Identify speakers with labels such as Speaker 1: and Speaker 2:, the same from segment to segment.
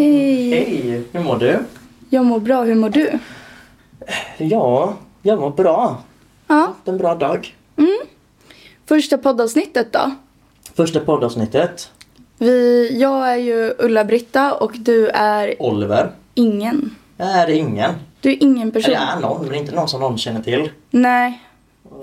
Speaker 1: Hej!
Speaker 2: Hej, hur mår du?
Speaker 1: Jag mår bra, hur mår du?
Speaker 2: Ja, jag mår bra.
Speaker 1: Ja.
Speaker 2: Haft en bra dag.
Speaker 1: Första poddavsnittet då?
Speaker 2: Första poddavsnittet.
Speaker 1: Vi, jag är ju Ulla-Britta och du är
Speaker 2: Oliver.
Speaker 1: ingen.
Speaker 2: Jag är ingen.
Speaker 1: Du är ingen person.
Speaker 2: Eller jag är någon, men inte någon som någon känner till.
Speaker 1: Nej.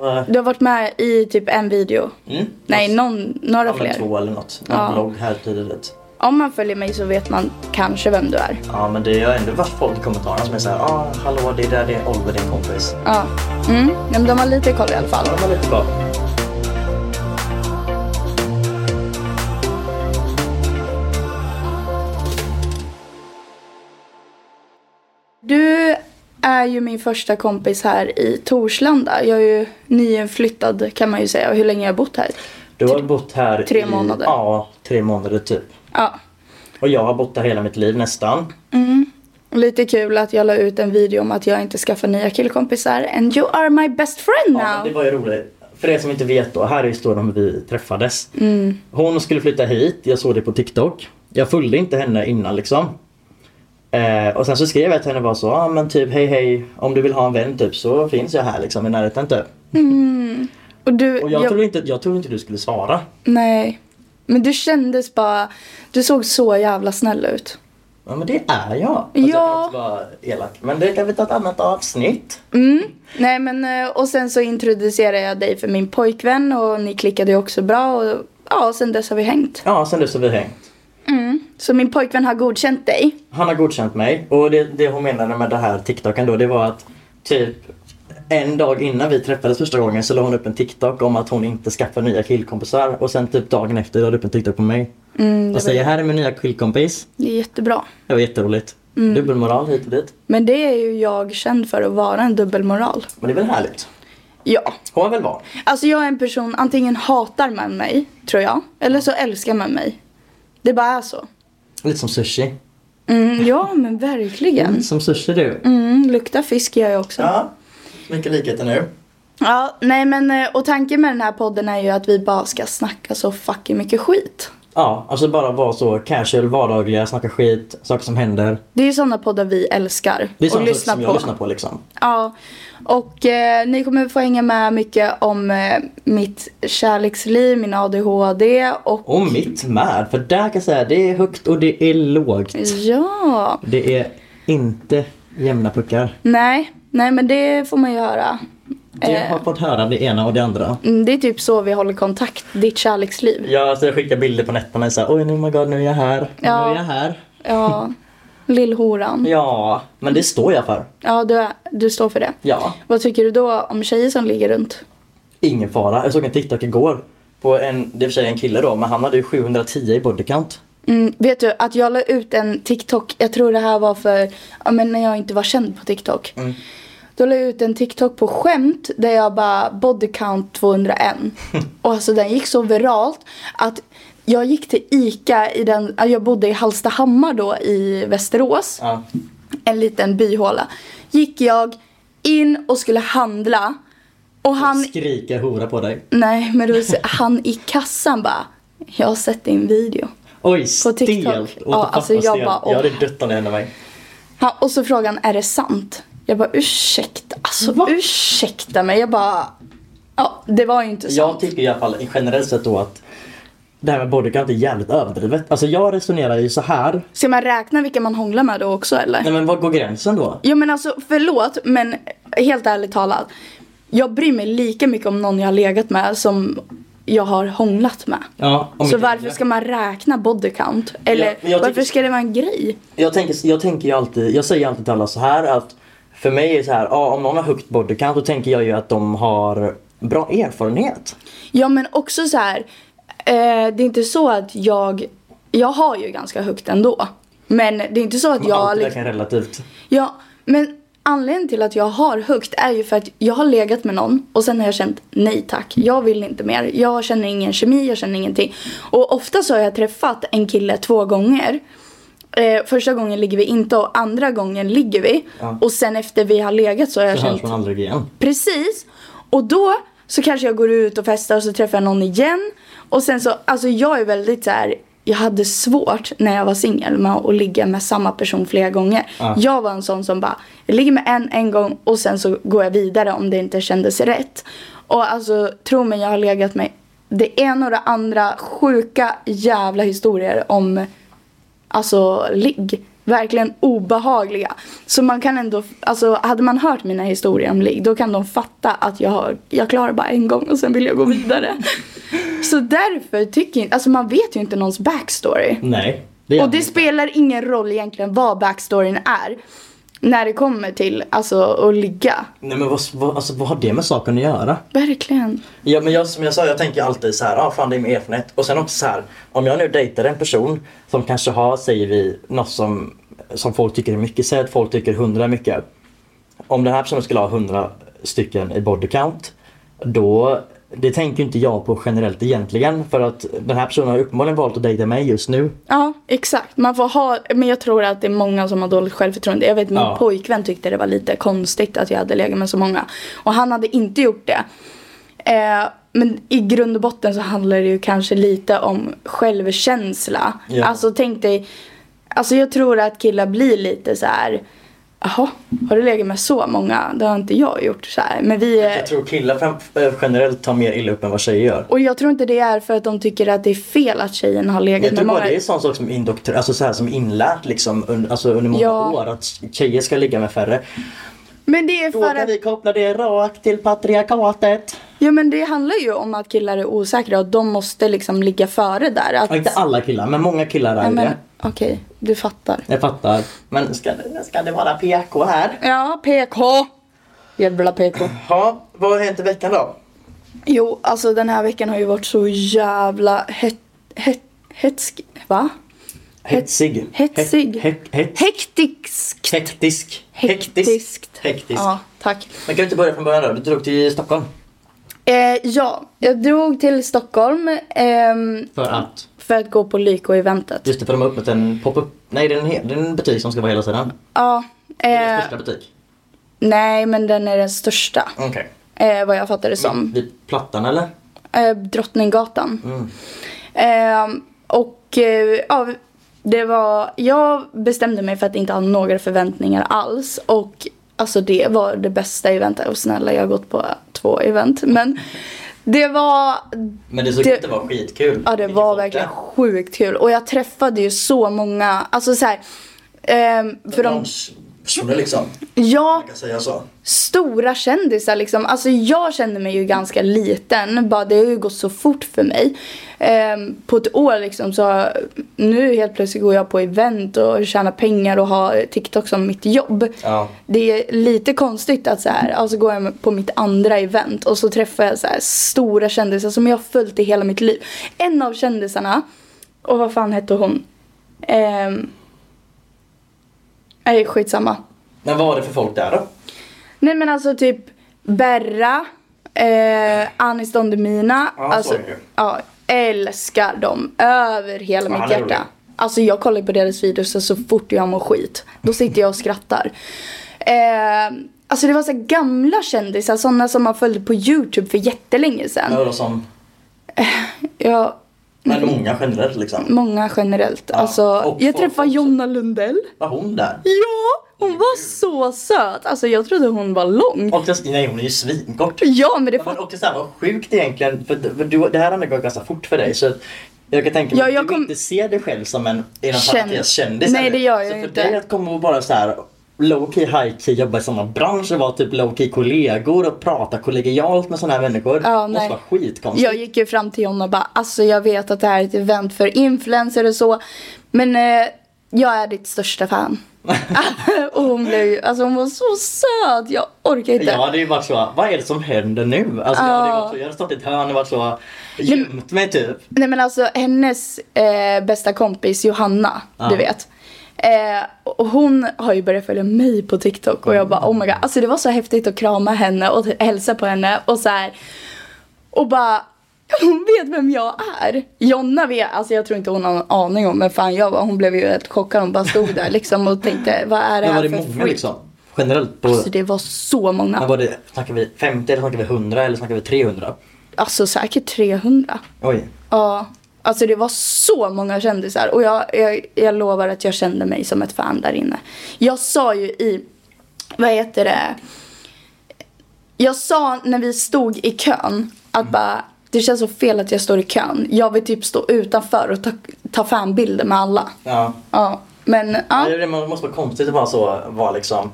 Speaker 2: Eh,
Speaker 1: Du har varit med i typ en video.
Speaker 2: Mm.
Speaker 1: Nej, någon, några
Speaker 2: Ja, men
Speaker 1: fler.
Speaker 2: två eller något. Någon
Speaker 1: Ja.
Speaker 2: blogg här tidigt.
Speaker 1: Om man följer mig så vet man kanske vem du är.
Speaker 2: Ja, men det har ändå varit folk i kommentarerna som är såhär, ah, hallå det där det är Oliver, din kompis.
Speaker 1: Ja. Mm. Nej, men de har lite koll i alla fall.
Speaker 2: Ja, de var lite bra.
Speaker 1: Du är ju min första kompis här i Torslanda. Jag är ju nyinflyttad kan man ju säga. Hur länge har jag bott här?
Speaker 2: Du har bott här
Speaker 1: tre
Speaker 2: i,
Speaker 1: månader.
Speaker 2: Ja, tre månader typ.
Speaker 1: Ja.
Speaker 2: Och jag har bott där hela mitt liv nästan.
Speaker 1: Lite kul att jag la ut en video om att jag inte skaffar nya killkompisar. And you are my best friend
Speaker 2: Ja, men
Speaker 1: now.
Speaker 2: det var ju roligt. För er som inte vet då, här är historien om hur vi träffades. Hon skulle flytta hit, jag såg det på TikTok. Jag följde inte henne innan liksom. Eh, och sen så skrev jag till henne bara så, ah, men typ hej hej, om du vill ha en vän typ så finns jag här liksom i närheten typ.
Speaker 1: Och du,
Speaker 2: Och jag,
Speaker 1: jag-
Speaker 2: trodde inte, jag trodde inte du skulle svara.
Speaker 1: Nej. Men du kändes bara... Du såg så jävla snäll ut.
Speaker 2: Ja men det är jag. Fast Jag
Speaker 1: Ja.
Speaker 2: kan också vara elak. Men det kan vi ta ett annat avsnitt.
Speaker 1: Mm. Nej men eh, och sen så introducerade jag dig för min pojkvän och ni klickade ju också bra och ja, sen dess har vi hängt. Mm.
Speaker 2: Ja, sen dess har vi hängt.
Speaker 1: Så min pojkvän har godkänt dig.
Speaker 2: Han har godkänt mig och det, det hon menade med det här TikToken då det var att typ en dag innan vi träffades första gången så la hon upp en TikTok om att hon inte skaffar nya killkompisar och sen typ dagen efter la hon upp en TikTok på mig.
Speaker 1: Mm,
Speaker 2: och
Speaker 1: det, var,
Speaker 2: säger här är min nya killkompis.
Speaker 1: det är jättebra.
Speaker 2: Det var jätteroligt.
Speaker 1: Mm.
Speaker 2: Dubbelmoral hit och dit.
Speaker 1: Men det är ju jag känd för att vara en dubbelmoral.
Speaker 2: Men det är väl härligt.
Speaker 1: Ja.
Speaker 2: Får man väl vara.
Speaker 1: Alltså jag är en person, antingen hatar man mig, tror jag, eller så älskar man mig. Det bara är så.
Speaker 2: Lite som sushi.
Speaker 1: Mm, ja men verkligen.
Speaker 2: Som sushi du.
Speaker 1: Mm, luktar fisk gör jag också.
Speaker 2: Ja. Mycket likheter nu.
Speaker 1: Ja, nej men eh, och tanken med den här podden är ju att vi bara ska snacka så fucking mycket skit.
Speaker 2: Ja, alltså bara vara så casual, vardagliga, snacka skit, saker som händer.
Speaker 1: Det är ju sådana poddar vi älskar
Speaker 2: Det är
Speaker 1: och
Speaker 2: sådana saker
Speaker 1: lyssnar
Speaker 2: som
Speaker 1: på.
Speaker 2: jag lyssnar på liksom.
Speaker 1: Ja, och eh, ni kommer få hänga med mycket om eh, mitt kärleksliv, min ADHD och
Speaker 2: Och mitt med, för där kan jag säga det är högt och det är lågt.
Speaker 1: ja,
Speaker 2: Det är inte jämna puckar.
Speaker 1: nej, nej men det får man ju höra. Eh.
Speaker 2: Jag har fått höra det ena och det andra.
Speaker 1: Mm, Det är typ så vi håller kontakt, ditt kärleksliv.
Speaker 2: Ja, alltså jag skickar bilder på nätterna och säger oj nu oh my god nu är jag här,
Speaker 1: Ja.
Speaker 2: nu är jag här.
Speaker 1: Ja, lillhoran.
Speaker 2: Ja, men det står jag för.
Speaker 1: Ja, du, är- du står för det.
Speaker 2: Ja.
Speaker 1: Vad tycker du då om tjejer som ligger runt?
Speaker 2: Ingen fara. Jag såg en TikTok igår. På en, det är i och för sig en kille då, men han hade ju 710 i bodycount.
Speaker 1: Mm, vet du att jag la ut en TikTok, jag tror det här var för, ja men när jag inte var känd på TikTok.
Speaker 2: Mm.
Speaker 1: Då la jag ut en TikTok på skämt där jag bara body count 201. Och alltså den gick så viralt att jag gick till ICA i den, jag bodde i Hallstahammar då i Västerås.
Speaker 2: Ja.
Speaker 1: en liten byhåla. Gick jag in och skulle handla och han,
Speaker 2: Skriker hora på dig.
Speaker 1: nej men då, han i kassan bara, jag har sett din video.
Speaker 2: Oj,
Speaker 1: På
Speaker 2: stelt.
Speaker 1: TikTok.
Speaker 2: Åt
Speaker 1: Ja,
Speaker 2: pappa
Speaker 1: alltså jag
Speaker 2: stelt.
Speaker 1: bara, åh.
Speaker 2: jag hade dött om det hände mig.
Speaker 1: Han, och så frågade han, är det sant? Jag bara ursäkta, alltså
Speaker 2: Va?
Speaker 1: ursäkta mig. Jag bara, ja det var ju inte sant.
Speaker 2: Jag tycker i alla fall generellt sett då att det här med bodycount är jävligt överdrivet. Alltså jag resonerar ju så här.
Speaker 1: Ska man räkna vilka man hånglar med då också eller?
Speaker 2: Nej men var går gränsen då?
Speaker 1: Ja men alltså förlåt men helt ärligt talat. Jag bryr mig lika mycket om någon jag har legat med som jag har hånglat med.
Speaker 2: Ja, om
Speaker 1: Så
Speaker 2: inte
Speaker 1: varför
Speaker 2: mindre.
Speaker 1: ska man räkna body count? Eller
Speaker 2: Ja, men jag
Speaker 1: varför
Speaker 2: tycker-
Speaker 1: ska det vara en grej?
Speaker 2: jag tänker, jag tänker ju alltid, jag säger alltid till alla så här att för mig är det så här, ja, om någon har högt bodycount då tänker jag ju att de har bra erfarenhet.
Speaker 1: Ja men också så här. Eh, det är inte så att jag, jag har ju ganska högt ändå. Men det är inte så att
Speaker 2: Men
Speaker 1: jag...
Speaker 2: allt
Speaker 1: liksom-
Speaker 2: verkar relativt.
Speaker 1: Ja, men anledningen till att jag har högt är ju för att jag har legat med någon och sen har jag känt nej tack, jag vill inte mer. Jag känner ingen kemi, jag känner ingenting. Och ofta så har jag träffat en kille två gånger. Eh, första gången ligger vi inte och andra gången ligger vi.
Speaker 2: Ja.
Speaker 1: Och sen efter vi har legat så har jag
Speaker 2: Det
Speaker 1: känt
Speaker 2: hörs man aldrig igen.
Speaker 1: Precis. Och då så kanske jag går ut och festar och så träffar jag någon igen. Och sen så, alltså jag är väldigt så här jag hade svårt när jag var singel med att ligga med samma person flera gånger.
Speaker 2: Ja.
Speaker 1: Jag var en sån som bara, jag ligger med en en gång och sen så går jag vidare om det inte kändes rätt. Och alltså tro mig, jag har legat med det ena och det andra sjuka jävla historier om alltså ligg. Verkligen obehagliga. Så man kan ändå, alltså hade man hört mina historier om ligg då kan de fatta att jag, har, jag klarar bara en gång och sen vill jag gå vidare. så därför tycker jag, alltså man vet ju inte någons backstory.
Speaker 2: Nej. Det gör
Speaker 1: Och det
Speaker 2: man.
Speaker 1: spelar ingen roll egentligen vad backstoryn är. När det kommer till, alltså att ligga.
Speaker 2: Nej men vad, vad, alltså, vad har det med saken att göra?
Speaker 1: Verkligen.
Speaker 2: Ja, men jag, som jag sa, jag tänker alltid så här, ah, fan det är min erfarenhet. Och sen också så här, om jag nu dejtar en person som kanske har, säger vi, något som, som folk tycker är mycket, säg att folk tycker 100 är mycket. Om den här personen skulle ha 100 stycken i body count, då, det tänker inte jag på generellt egentligen. För att den här personen har uppenbarligen valt att dejta mig just nu.
Speaker 1: Ja, exakt. Man får ha, men jag tror att det är många som har dåligt självförtroende. Jag vet min
Speaker 2: Ja.
Speaker 1: pojkvän tyckte det var lite konstigt att jag hade legat med så många. Och han hade inte gjort det. Eh, men i grund och botten så handlar det ju kanske lite om självkänsla.
Speaker 2: Ja.
Speaker 1: Alltså tänk dig, alltså jag tror att killar blir lite så här. Jaha, har du legat med så många? Det har inte jag gjort så här. Men vi är,
Speaker 2: Jag tror killar fram- eh, generellt tar mer illa upp än vad tjejer gör.
Speaker 1: och jag tror inte det är för att de tycker att det är fel att tjejen har legat
Speaker 2: Jag
Speaker 1: med
Speaker 2: tror
Speaker 1: många.
Speaker 2: bara det är sån sak som, indoktr- alltså så här, som inlärt liksom, under, alltså under många
Speaker 1: Ja.
Speaker 2: år att tjejer ska ligga med färre.
Speaker 1: Men det är
Speaker 2: Då
Speaker 1: för
Speaker 2: kan
Speaker 1: att
Speaker 2: vi koppla det rakt till patriarkatet.
Speaker 1: Ja men det handlar ju om att killar är osäkra och de måste liksom ligga före där. Att...
Speaker 2: Ja, inte alla killar, men många killar är
Speaker 1: Nej, men
Speaker 2: det.
Speaker 1: okej, du fattar.
Speaker 2: Jag fattar. Men ska, det- ska det vara PK här?
Speaker 1: Ja, PK. Jävla PK.
Speaker 2: Ja, vad har hänt i veckan då?
Speaker 1: Jo, alltså den här veckan har ju varit så jävla het... het... hetsk... va?
Speaker 2: Hetsig.
Speaker 1: Hetsig.
Speaker 2: He- he- he-
Speaker 1: Hektisk.
Speaker 2: hektisk. Hektisk. Hektisk.
Speaker 1: Ja, tack.
Speaker 2: Men kan du inte börja från början då? Du drog till Stockholm.
Speaker 1: Eh, ja, jag drog till Stockholm ehm,
Speaker 2: För att?
Speaker 1: för att gå på Lyko-eventet.
Speaker 2: Just det, för de har öppnat en pop-up. Nej, det är en, he- det är en butik som ska vara hela sidan.
Speaker 1: Ja.
Speaker 2: Deras
Speaker 1: Eh,
Speaker 2: första butik.
Speaker 1: nej, men den är den största.
Speaker 2: Okej.
Speaker 1: Eh, vad jag fattar det som.
Speaker 2: Vid Plattan eller?
Speaker 1: Eh, Drottninggatan.
Speaker 2: Mm.
Speaker 1: Ehm, och eh, ja, det var, jag bestämde mig för att inte ha några förväntningar alls. Och alltså det var det bästa eventet. Och snälla jag har gått på två event. Men det var,
Speaker 2: Men det såg
Speaker 1: Det-
Speaker 2: ut att vara skitkul.
Speaker 1: ja det
Speaker 2: Vilken
Speaker 1: var
Speaker 2: folk
Speaker 1: verkligen
Speaker 2: där.
Speaker 1: sjukt kul. Och jag träffade ju så många, alltså så här. ehm, för de,
Speaker 2: Branschpersoner liksom.
Speaker 1: ja,
Speaker 2: Man kan säga så.
Speaker 1: stora kändisar liksom. Alltså jag kände mig ju ganska liten. Bara det har ju gått så fort för mig. Ehm, på ett år liksom så nu helt plötsligt går jag på event och tjänar pengar och har TikTok som mitt jobb.
Speaker 2: Ja.
Speaker 1: Det är lite konstigt att så här, alltså går jag på mitt andra event och så träffar jag så här stora kändisar som jag har följt i hela mitt liv. En av kändisarna, och vad fan hette hon? Ehm, nej skitsamma.
Speaker 2: Men vad var det för folk där då?
Speaker 1: Nej men alltså typ Berra, eh, Anis Don Demina.
Speaker 2: Ja, så
Speaker 1: alltså,
Speaker 2: är det.
Speaker 1: ja, älskar dem över hela
Speaker 2: Ja,
Speaker 1: mitt
Speaker 2: han är
Speaker 1: hjärta.
Speaker 2: rolig.
Speaker 1: Alltså jag kollar ju på deras videos så- så fort jag mår skit. Då sitter jag och skrattar. Eh, alltså det var så här gamla kändisar, sådana som man följde på YouTube för jättelänge sedan.
Speaker 2: Några som,
Speaker 1: Ja,
Speaker 2: men många generellt liksom.
Speaker 1: många generellt.
Speaker 2: Ja,
Speaker 1: Alltså,
Speaker 2: och
Speaker 1: jag
Speaker 2: folk
Speaker 1: träffade
Speaker 2: också.
Speaker 1: Jonna Lundell.
Speaker 2: Var hon där?
Speaker 1: Ja, hon var så söt. Alltså jag trodde hon var lång.
Speaker 2: Och det, nej hon är ju svinkort.
Speaker 1: Ja men det
Speaker 2: Men också såhär vad sjukt egentligen för, för du, det här har ändå gått ganska fort för dig så att jag kan tänka mig
Speaker 1: Ja, jag
Speaker 2: att du
Speaker 1: kom-
Speaker 2: inte ser dig själv som en inom
Speaker 1: Känd-
Speaker 2: parentes kändis.
Speaker 1: Nej,
Speaker 2: heller.
Speaker 1: det gör jag
Speaker 2: så för
Speaker 1: inte.
Speaker 2: dig att komma och bara såhär low key, high key, jobba i samma bransch och vara typ low key kollegor och prata kollegialt med sådana här människor.
Speaker 1: Ja,
Speaker 2: måste
Speaker 1: nej.
Speaker 2: vara skitkonstigt.
Speaker 1: Jag gick ju fram till Jonna och bara, alltså jag vet att det här är ett event för influencers och så. Men eh, jag är ditt största fan. och hon blev ju, alltså hon var så söt. Jag orkar inte.
Speaker 2: Jag hade ju varit så, vad är det som händer nu? Alltså, jag, hade ju
Speaker 1: Ja.
Speaker 2: varit så, jag hade stått i ett hörn och varit så, gömt mig typ.
Speaker 1: Nej men alltså hennes eh, bästa kompis Johanna,
Speaker 2: Ja.
Speaker 1: du vet. Eh, och hon har ju börjat följa mig på TikTok och jag bara oh my god. Alltså det var så häftigt att krama henne och t- hälsa på henne och så här. Och bara hon vet vem jag är. Jonna vet, alltså jag tror inte hon har någon aning om men fan jag var, hon blev ju helt chockad. Hon bara stod där liksom och tänkte vad är det
Speaker 2: Men
Speaker 1: här
Speaker 2: var det
Speaker 1: för
Speaker 2: många
Speaker 1: freak?"
Speaker 2: liksom? Generellt på,
Speaker 1: Alltså det var så
Speaker 2: men
Speaker 1: många.
Speaker 2: var det, snackar vi 50 eller snackar vi 100 eller snackar vi 300?
Speaker 1: Alltså säkert 300.
Speaker 2: Oj.
Speaker 1: Ja. Alltså det var så många kändisar och jag, jag, jag lovar att jag kände mig som ett fan där inne. Jag sa ju i, vad heter det, jag sa när vi stod i kön att
Speaker 2: Mm.
Speaker 1: bara det känns så fel att jag står i kön. Jag vill typ stå utanför och ta, ta fanbilder med alla.
Speaker 2: Ja.
Speaker 1: Ja, men ja.
Speaker 2: Det är det, man måste vara konstigt att bara så vara liksom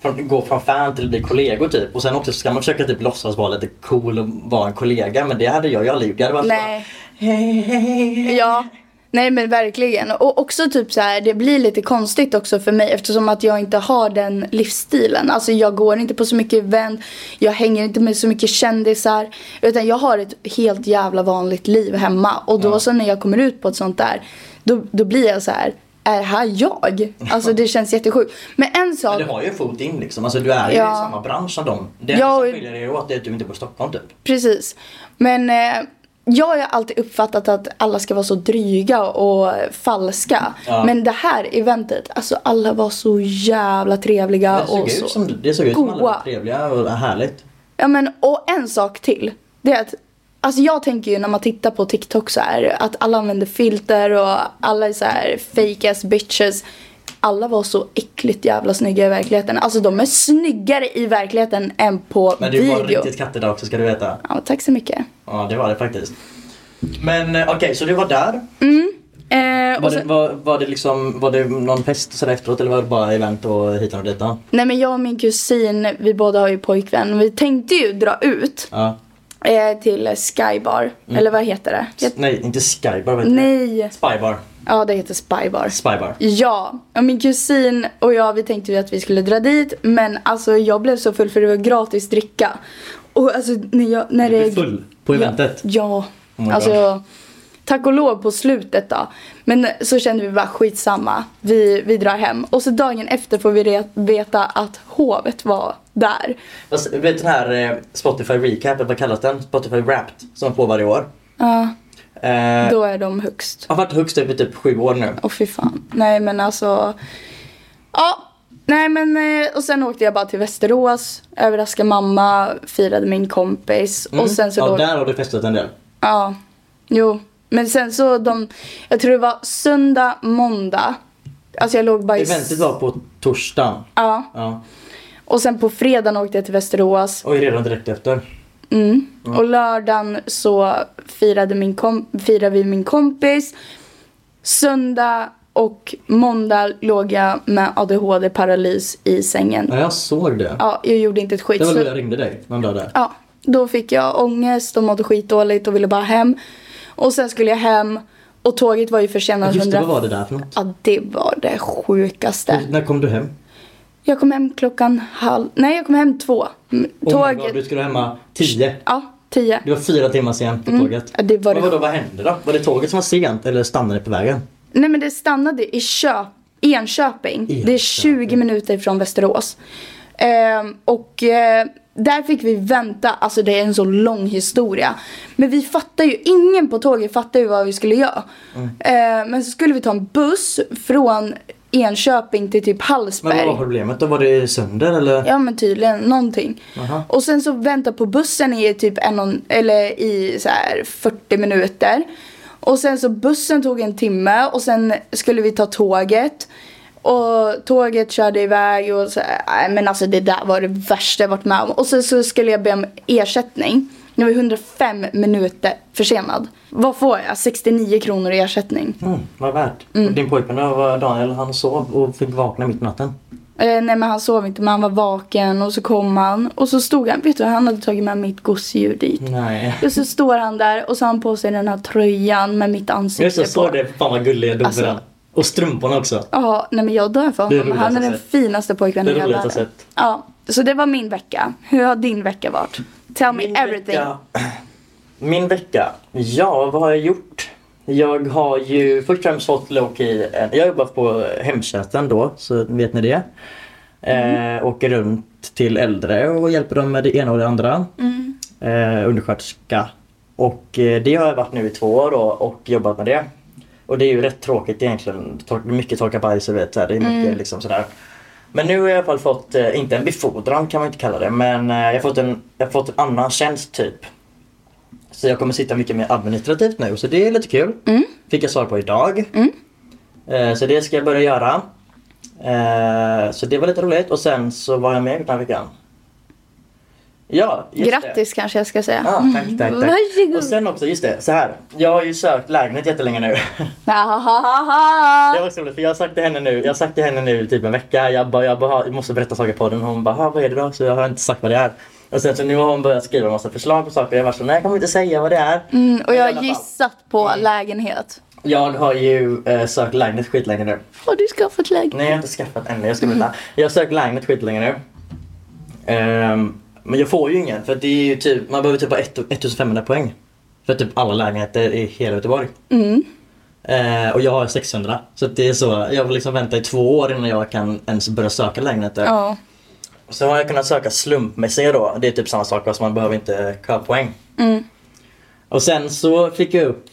Speaker 2: från, gå från fan till att bli kollegor typ och sen också ska man försöka typ låtsas vara lite cool och vara en kollega men det hade jag ju aldrig gjort. Jag hade varit
Speaker 1: Nej.
Speaker 2: så bara, hej hej hej.
Speaker 1: Ja. Nej men verkligen. Och också typ så här, det blir lite konstigt också för mig eftersom att jag inte har den livsstilen. Alltså jag går inte på så mycket event, jag hänger inte med så mycket kändisar. Utan jag har ett helt jävla vanligt liv hemma. Och då
Speaker 2: Ja.
Speaker 1: så när jag kommer ut på ett sånt där, då, då blir jag så här, är det här jag? Alltså det känns jättesjukt. Men en sak.
Speaker 2: Men du har ju en fot in liksom, alltså du är ju
Speaker 1: Ja.
Speaker 2: i samma bransch som dem. Det
Speaker 1: Ja,
Speaker 2: enda
Speaker 1: och-
Speaker 2: som skiljer er åt är att du inte bor i Stockholm typ.
Speaker 1: Precis. Men eh, jag har ju alltid uppfattat att alla ska vara så dryga och falska.
Speaker 2: Ja.
Speaker 1: Men det här eventet, alltså alla var så jävla trevliga
Speaker 2: det såg
Speaker 1: och
Speaker 2: ut
Speaker 1: så.
Speaker 2: som, det såg ut som alla
Speaker 1: goa.
Speaker 2: var trevliga och härligt.
Speaker 1: Ja men och en sak till. Det är att Alltså jag tänker ju när man tittar på TikTok så här att alla använder filter och alla är så här fake ass bitches. Alla var så äckligt jävla snygga i verkligheten. Alltså de är snyggare i verkligheten än på
Speaker 2: Men det
Speaker 1: video.
Speaker 2: var riktigt kattigt också ska du veta.
Speaker 1: Ja, tack så mycket.
Speaker 2: Ja det var det faktiskt. Men eh, okej så du var där.
Speaker 1: Eh, Mm. och
Speaker 2: Var,
Speaker 1: sen-
Speaker 2: det, var, var det liksom, var det någon fest sådär efteråt eller var det bara event och hitan och ditan?
Speaker 1: Nej men jag och min kusin, vi båda har ju pojkvän. Vi tänkte ju dra ut
Speaker 2: Ja.
Speaker 1: eh, till Skybar. Eller vad heter det?
Speaker 2: S-
Speaker 1: Jag,
Speaker 2: Nej, inte Skybar vad heter det?
Speaker 1: nej.
Speaker 2: Spybar.
Speaker 1: Ja det heter Spybar.
Speaker 2: Spybar.
Speaker 1: Ja, och min kusin och jag vi tänkte ju att vi skulle dra dit. Men alltså jag blev så full för det var gratis dricka. Och alltså när, jag, när det...
Speaker 2: full på eventet.
Speaker 1: Ja.
Speaker 2: Oh my
Speaker 1: alltså, tack och lov på slutet då. Men så kände vi bara skitsamma. Vi, vi drar hem. Och så dagen efter får vi re- veta att hovet var där.
Speaker 2: Alltså, vet du den här eh, Spotify Recap, eller vad kallas den? Spotify Wrapped som de får varje år.
Speaker 1: Ja,
Speaker 2: Eh,
Speaker 1: då är de högst.
Speaker 2: har varit högst upp i typ sju år nu.
Speaker 1: Åh fy fan. Nej men alltså. Ja. Nej men eh, och sen åkte jag bara till Västerås. Överraskade mamma. Firade min kompis.
Speaker 2: Mm.
Speaker 1: Och sen så
Speaker 2: ja,
Speaker 1: då.
Speaker 2: där har du festat en del.
Speaker 1: Ja. Jo. Men sen så de. Jag tror det var söndag, måndag. Alltså jag låg bara i.
Speaker 2: Eventet var på torsdagen.
Speaker 1: Ja.
Speaker 2: Ja.
Speaker 1: Och sen på fredagen åkte jag till Västerås.
Speaker 2: Och är redan direkt efter.
Speaker 1: Mm. Och lördagen så firade, min kom- firade vi min kompis. Söndag och måndag låg jag med ADHD-paralys i sängen.
Speaker 2: Ja, jag såg det.
Speaker 1: Ja, jag gjorde inte ett skit.
Speaker 2: det var
Speaker 1: Så-
Speaker 2: då jag ringde dig någon dag där.
Speaker 1: ja, då fick jag ångest och mådde skitdåligt och ville bara hem. Och sen skulle jag hem och tåget var ju försenat.
Speaker 2: Just det,
Speaker 1: 100
Speaker 2: vad var det där för något?
Speaker 1: Ja, det var det sjukaste.
Speaker 2: När kom du hem?
Speaker 1: Jag kom hem klockan halv... Nej, jag kom hem två. Mm,
Speaker 2: Oh my God, du skulle hemma tio.
Speaker 1: Ja, tio.
Speaker 2: Det var fyra timmar sent på tåget.
Speaker 1: Mm. Ja, det var det
Speaker 2: Men vadå, vad hände då? Var det tåget som var sent eller stannade på vägen?
Speaker 1: Nej men det stannade i Köp, Enköping. Det är 20 minuter från Västerås. Ehm, och eh, där fick vi vänta, alltså det är en så lång historia. Men vi fattar ju, ingen på tåget fattar ju vad vi skulle göra.
Speaker 2: Mm.
Speaker 1: Ehm, men så skulle vi ta en buss från Enköping till typ
Speaker 2: Men vad
Speaker 1: Hallsberg.
Speaker 2: var problemet då? Var det sönder eller?
Speaker 1: Ja men tydligen någonting.
Speaker 2: Aha.
Speaker 1: Och sen så vänta på bussen i typ en och, en- eller i så här 40 minuter. Och sen så bussen tog en timme och sen skulle vi ta tåget. Och tåget körde iväg och så här, nej, men alltså det där var det värsta jag varit med om. Och sen så skulle jag be om ersättning. Jag var 105 minuter försenad. Vad får jag? 69 kronor i ersättning.
Speaker 2: Mm, vad värt. Och Din pojkvän då, var Daniel, han sov och fick vakna mitt i natten.
Speaker 1: Eh, nej men han sov inte men han var vaken och så kom han. Och så stod han, vet du han hade tagit med mitt gosedjur dit.
Speaker 2: Nej.
Speaker 1: Och så står han där och så har han på sig den här tröjan med mitt ansikte
Speaker 2: Just det,
Speaker 1: på.
Speaker 2: såg det. Fan vad gulliga domarna.
Speaker 1: Alltså-
Speaker 2: Och strumporna också.
Speaker 1: Ja, nej men jag dör för
Speaker 2: Det är
Speaker 1: honom.
Speaker 2: roligt
Speaker 1: Han är
Speaker 2: att
Speaker 1: den
Speaker 2: se.
Speaker 1: finaste pojkvännen
Speaker 2: Det är
Speaker 1: i hela
Speaker 2: roligt att
Speaker 1: världen.
Speaker 2: se.
Speaker 1: Ja, så det var min vecka. Hur har din vecka varit? Tell me everything.
Speaker 2: Vecka. Min vecka? Ja, vad har jag gjort? Jag har ju först och främst fått Loki, jag jobbar på hemtjänsten då, så vet ni det. Eh, åker runt till äldre och hjälper dem med det ena och det andra. Eh, undersköterska. Och eh, det har jag varit nu i två år då, och jobbat med det. Och det är ju rätt tråkigt egentligen. Tor- Mycket torka bajs och vet, så här. det är mycket
Speaker 1: Mm.
Speaker 2: liksom sådär. Men nu har jag i alla fall fått, eh, inte en befordran kan man inte kalla det, men eh, jag har fått en, jag har fått en annan tjänst typ. Så jag kommer sitta mycket mer administrativt nu så det är lite kul.
Speaker 1: Mm.
Speaker 2: Fick jag svar på idag.
Speaker 1: Mm.
Speaker 2: Eh, Så det ska jag börja göra. Eh, Så det var lite roligt och sen så var jag med den här veckan. Ja, just det.
Speaker 1: Grattis kanske jag ska säga. Mm.
Speaker 2: Ja, tack, tack, tack.
Speaker 1: Varsågod.
Speaker 2: Och sen också, just det, så här. Jag har ju sökt lägenhet jättelänge nu. Det
Speaker 1: Ahahaha.
Speaker 2: var också roligt för jag har sagt till henne nu, jag har sagt till henne nu i typ en vecka. Jag bara, jag bara, jag måste berätta saker på den. Hon bara, "Ah, vad är det då? Så jag har inte sagt vad det är. Och sen så nu har hon börjat skriva en massa förslag på saker. Jag var så, nej jag kommer inte säga vad det är.
Speaker 1: Mm, och
Speaker 2: I
Speaker 1: jag
Speaker 2: alla
Speaker 1: har
Speaker 2: fall. Mm.
Speaker 1: gissat på lägenhet.
Speaker 2: Jag har ju eh, sökt lägenhet skitlänge nu.
Speaker 1: Har du skaffat lägenhet?
Speaker 2: Nej jag har inte skaffat ännu, jag ska vänta. Jag har sökt lägenhet skitlänge nu. Ehm, men jag får ju ingen för det är ju typ, man behöver typ bara ett- 1500 poäng. För typ alla lägenheter i hela Göteborg.
Speaker 1: Mm.
Speaker 2: Eh, och jag har 600. Så att det är så, jag får liksom vänta i två år innan jag kan ens börja söka lägenheter.
Speaker 1: Ja.
Speaker 2: Så har jag kunnat söka slumpmässiga då. Det är typ samma sak fast man behöver inte köpoäng.
Speaker 1: Mm.
Speaker 2: Och sen så fick jag upp,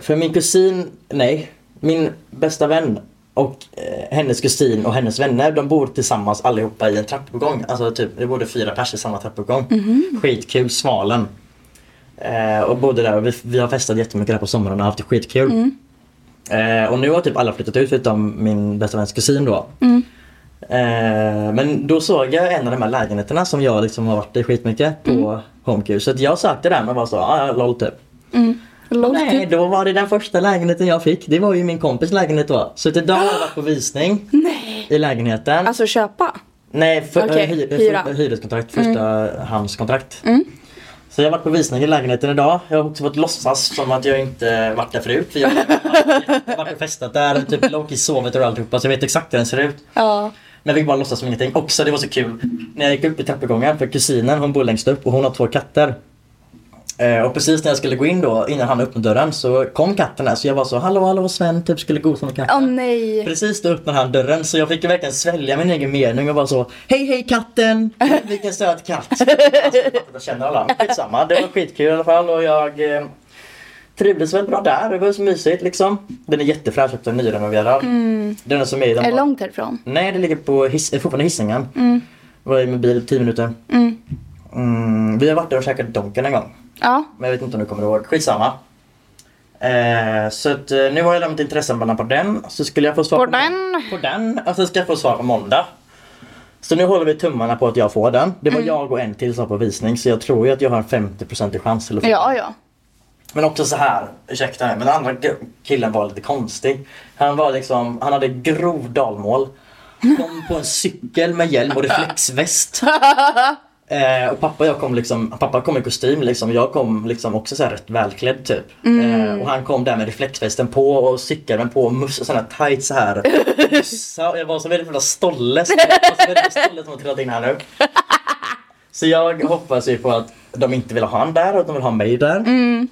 Speaker 2: för min kusin, nej, min bästa vän och eh, hennes kusin och hennes vänner de bor tillsammans allihopa i en trappuppgång. Alltså typ, det bodde fyra pers i samma trappuppgång.
Speaker 1: Mhm.
Speaker 2: Skitkul, Svalen. Eh, och bodde där och vi, vi har festat jättemycket där på sommaren och haft det skitkul.
Speaker 1: Mm.
Speaker 2: Eh, och nu har typ alla flyttat ut förutom min bästa väns kusin då.
Speaker 1: Mm.
Speaker 2: Eh, men då såg jag en av de här lägenheterna som jag liksom har varit i skitmycket på HomeQ. Så att jag sökte den och bara så, ah, ja, lol typ.
Speaker 1: Mm. Låt
Speaker 2: Nej,
Speaker 1: du...
Speaker 2: då var det den första lägenheten jag fick. Det var ju min kompis lägenhet då. Så att idag har jag varit på visning
Speaker 1: Nej.
Speaker 2: i lägenheten.
Speaker 1: Alltså köpa?
Speaker 2: Nej, för,
Speaker 1: Okej,
Speaker 2: eh, hyr,
Speaker 1: hyra.
Speaker 2: för, hyreskontrakt, första handskontrakt.
Speaker 1: Mm.
Speaker 2: Så jag har varit på visning i lägenheten idag. Jag har också fått låtsas som att jag inte varit där förut. För jag har varit och festat där, typ låg sovit och alltihopa. Så jag vet exakt hur den ser ut.
Speaker 1: Ja.
Speaker 2: Men jag fick bara låtsas som ingenting. Också, det var så kul. När jag gick upp i trappuppgången, för kusinen hon bor längst upp och hon har två katter. Eh, och precis när jag skulle gå in då, innan han öppnade dörren, så kom katten där. Så jag var så, hallå hallå Sven, typ skulle gosa med katten.
Speaker 1: Åh nej.
Speaker 2: Precis då öppnade han dörren så jag fick ju verkligen svälja min egen mening och bara så Hej hej katten! Vilken söt katt! Alltså, jag känner alla, men skitsamma. Det var skitkul i alla fall och jag eh, trivdes väl bra där. Det var så mysigt liksom. Den är jättefräsch och den är nyrenoverad. Den som är i den
Speaker 1: Är det
Speaker 2: var-
Speaker 1: långt härifrån?
Speaker 2: Nej, det ligger på his- eh, fortfarande Hisingen.
Speaker 1: Mm.
Speaker 2: Var i med bil 10 minuter.
Speaker 1: Mm.
Speaker 2: Mm, vi har varit där och käkat Donken en gång.
Speaker 1: Ja.
Speaker 2: Men jag vet inte om du kommer ihåg. Skitsamma. Eh, så att, eh, nu har jag lämnat intresseanmälan på den. Så skulle jag få svar
Speaker 1: På
Speaker 2: på, må-
Speaker 1: den?
Speaker 2: På den. Och sen ska jag få svar på måndag. Så nu håller vi tummarna på att jag får den. Det var
Speaker 1: Mm.
Speaker 2: jag och en till som var på visning så jag tror ju att jag har en 50% chans till att få den.
Speaker 1: Ja, ja.
Speaker 2: Men också så här, ursäkta mig, men den andra g- killen var lite konstig. Han var liksom, han hade grov dalmål. Kom på en cykel med hjälm och reflexväst. Eh, och pappa och jag kom liksom, pappa kom i kostym liksom, jag kom liksom också så här rätt välklädd typ. Eh, och han kom där med reflexvästen på och cykeln på och mössa, sådana här tights så här. Mössa, och jag var så väldigt jävla stolle. Så jag var så väldigt stolle som har trillat in här nu. Så jag hoppas ju på att de inte vill ha han där och att de vill ha mig där.
Speaker 1: Mm.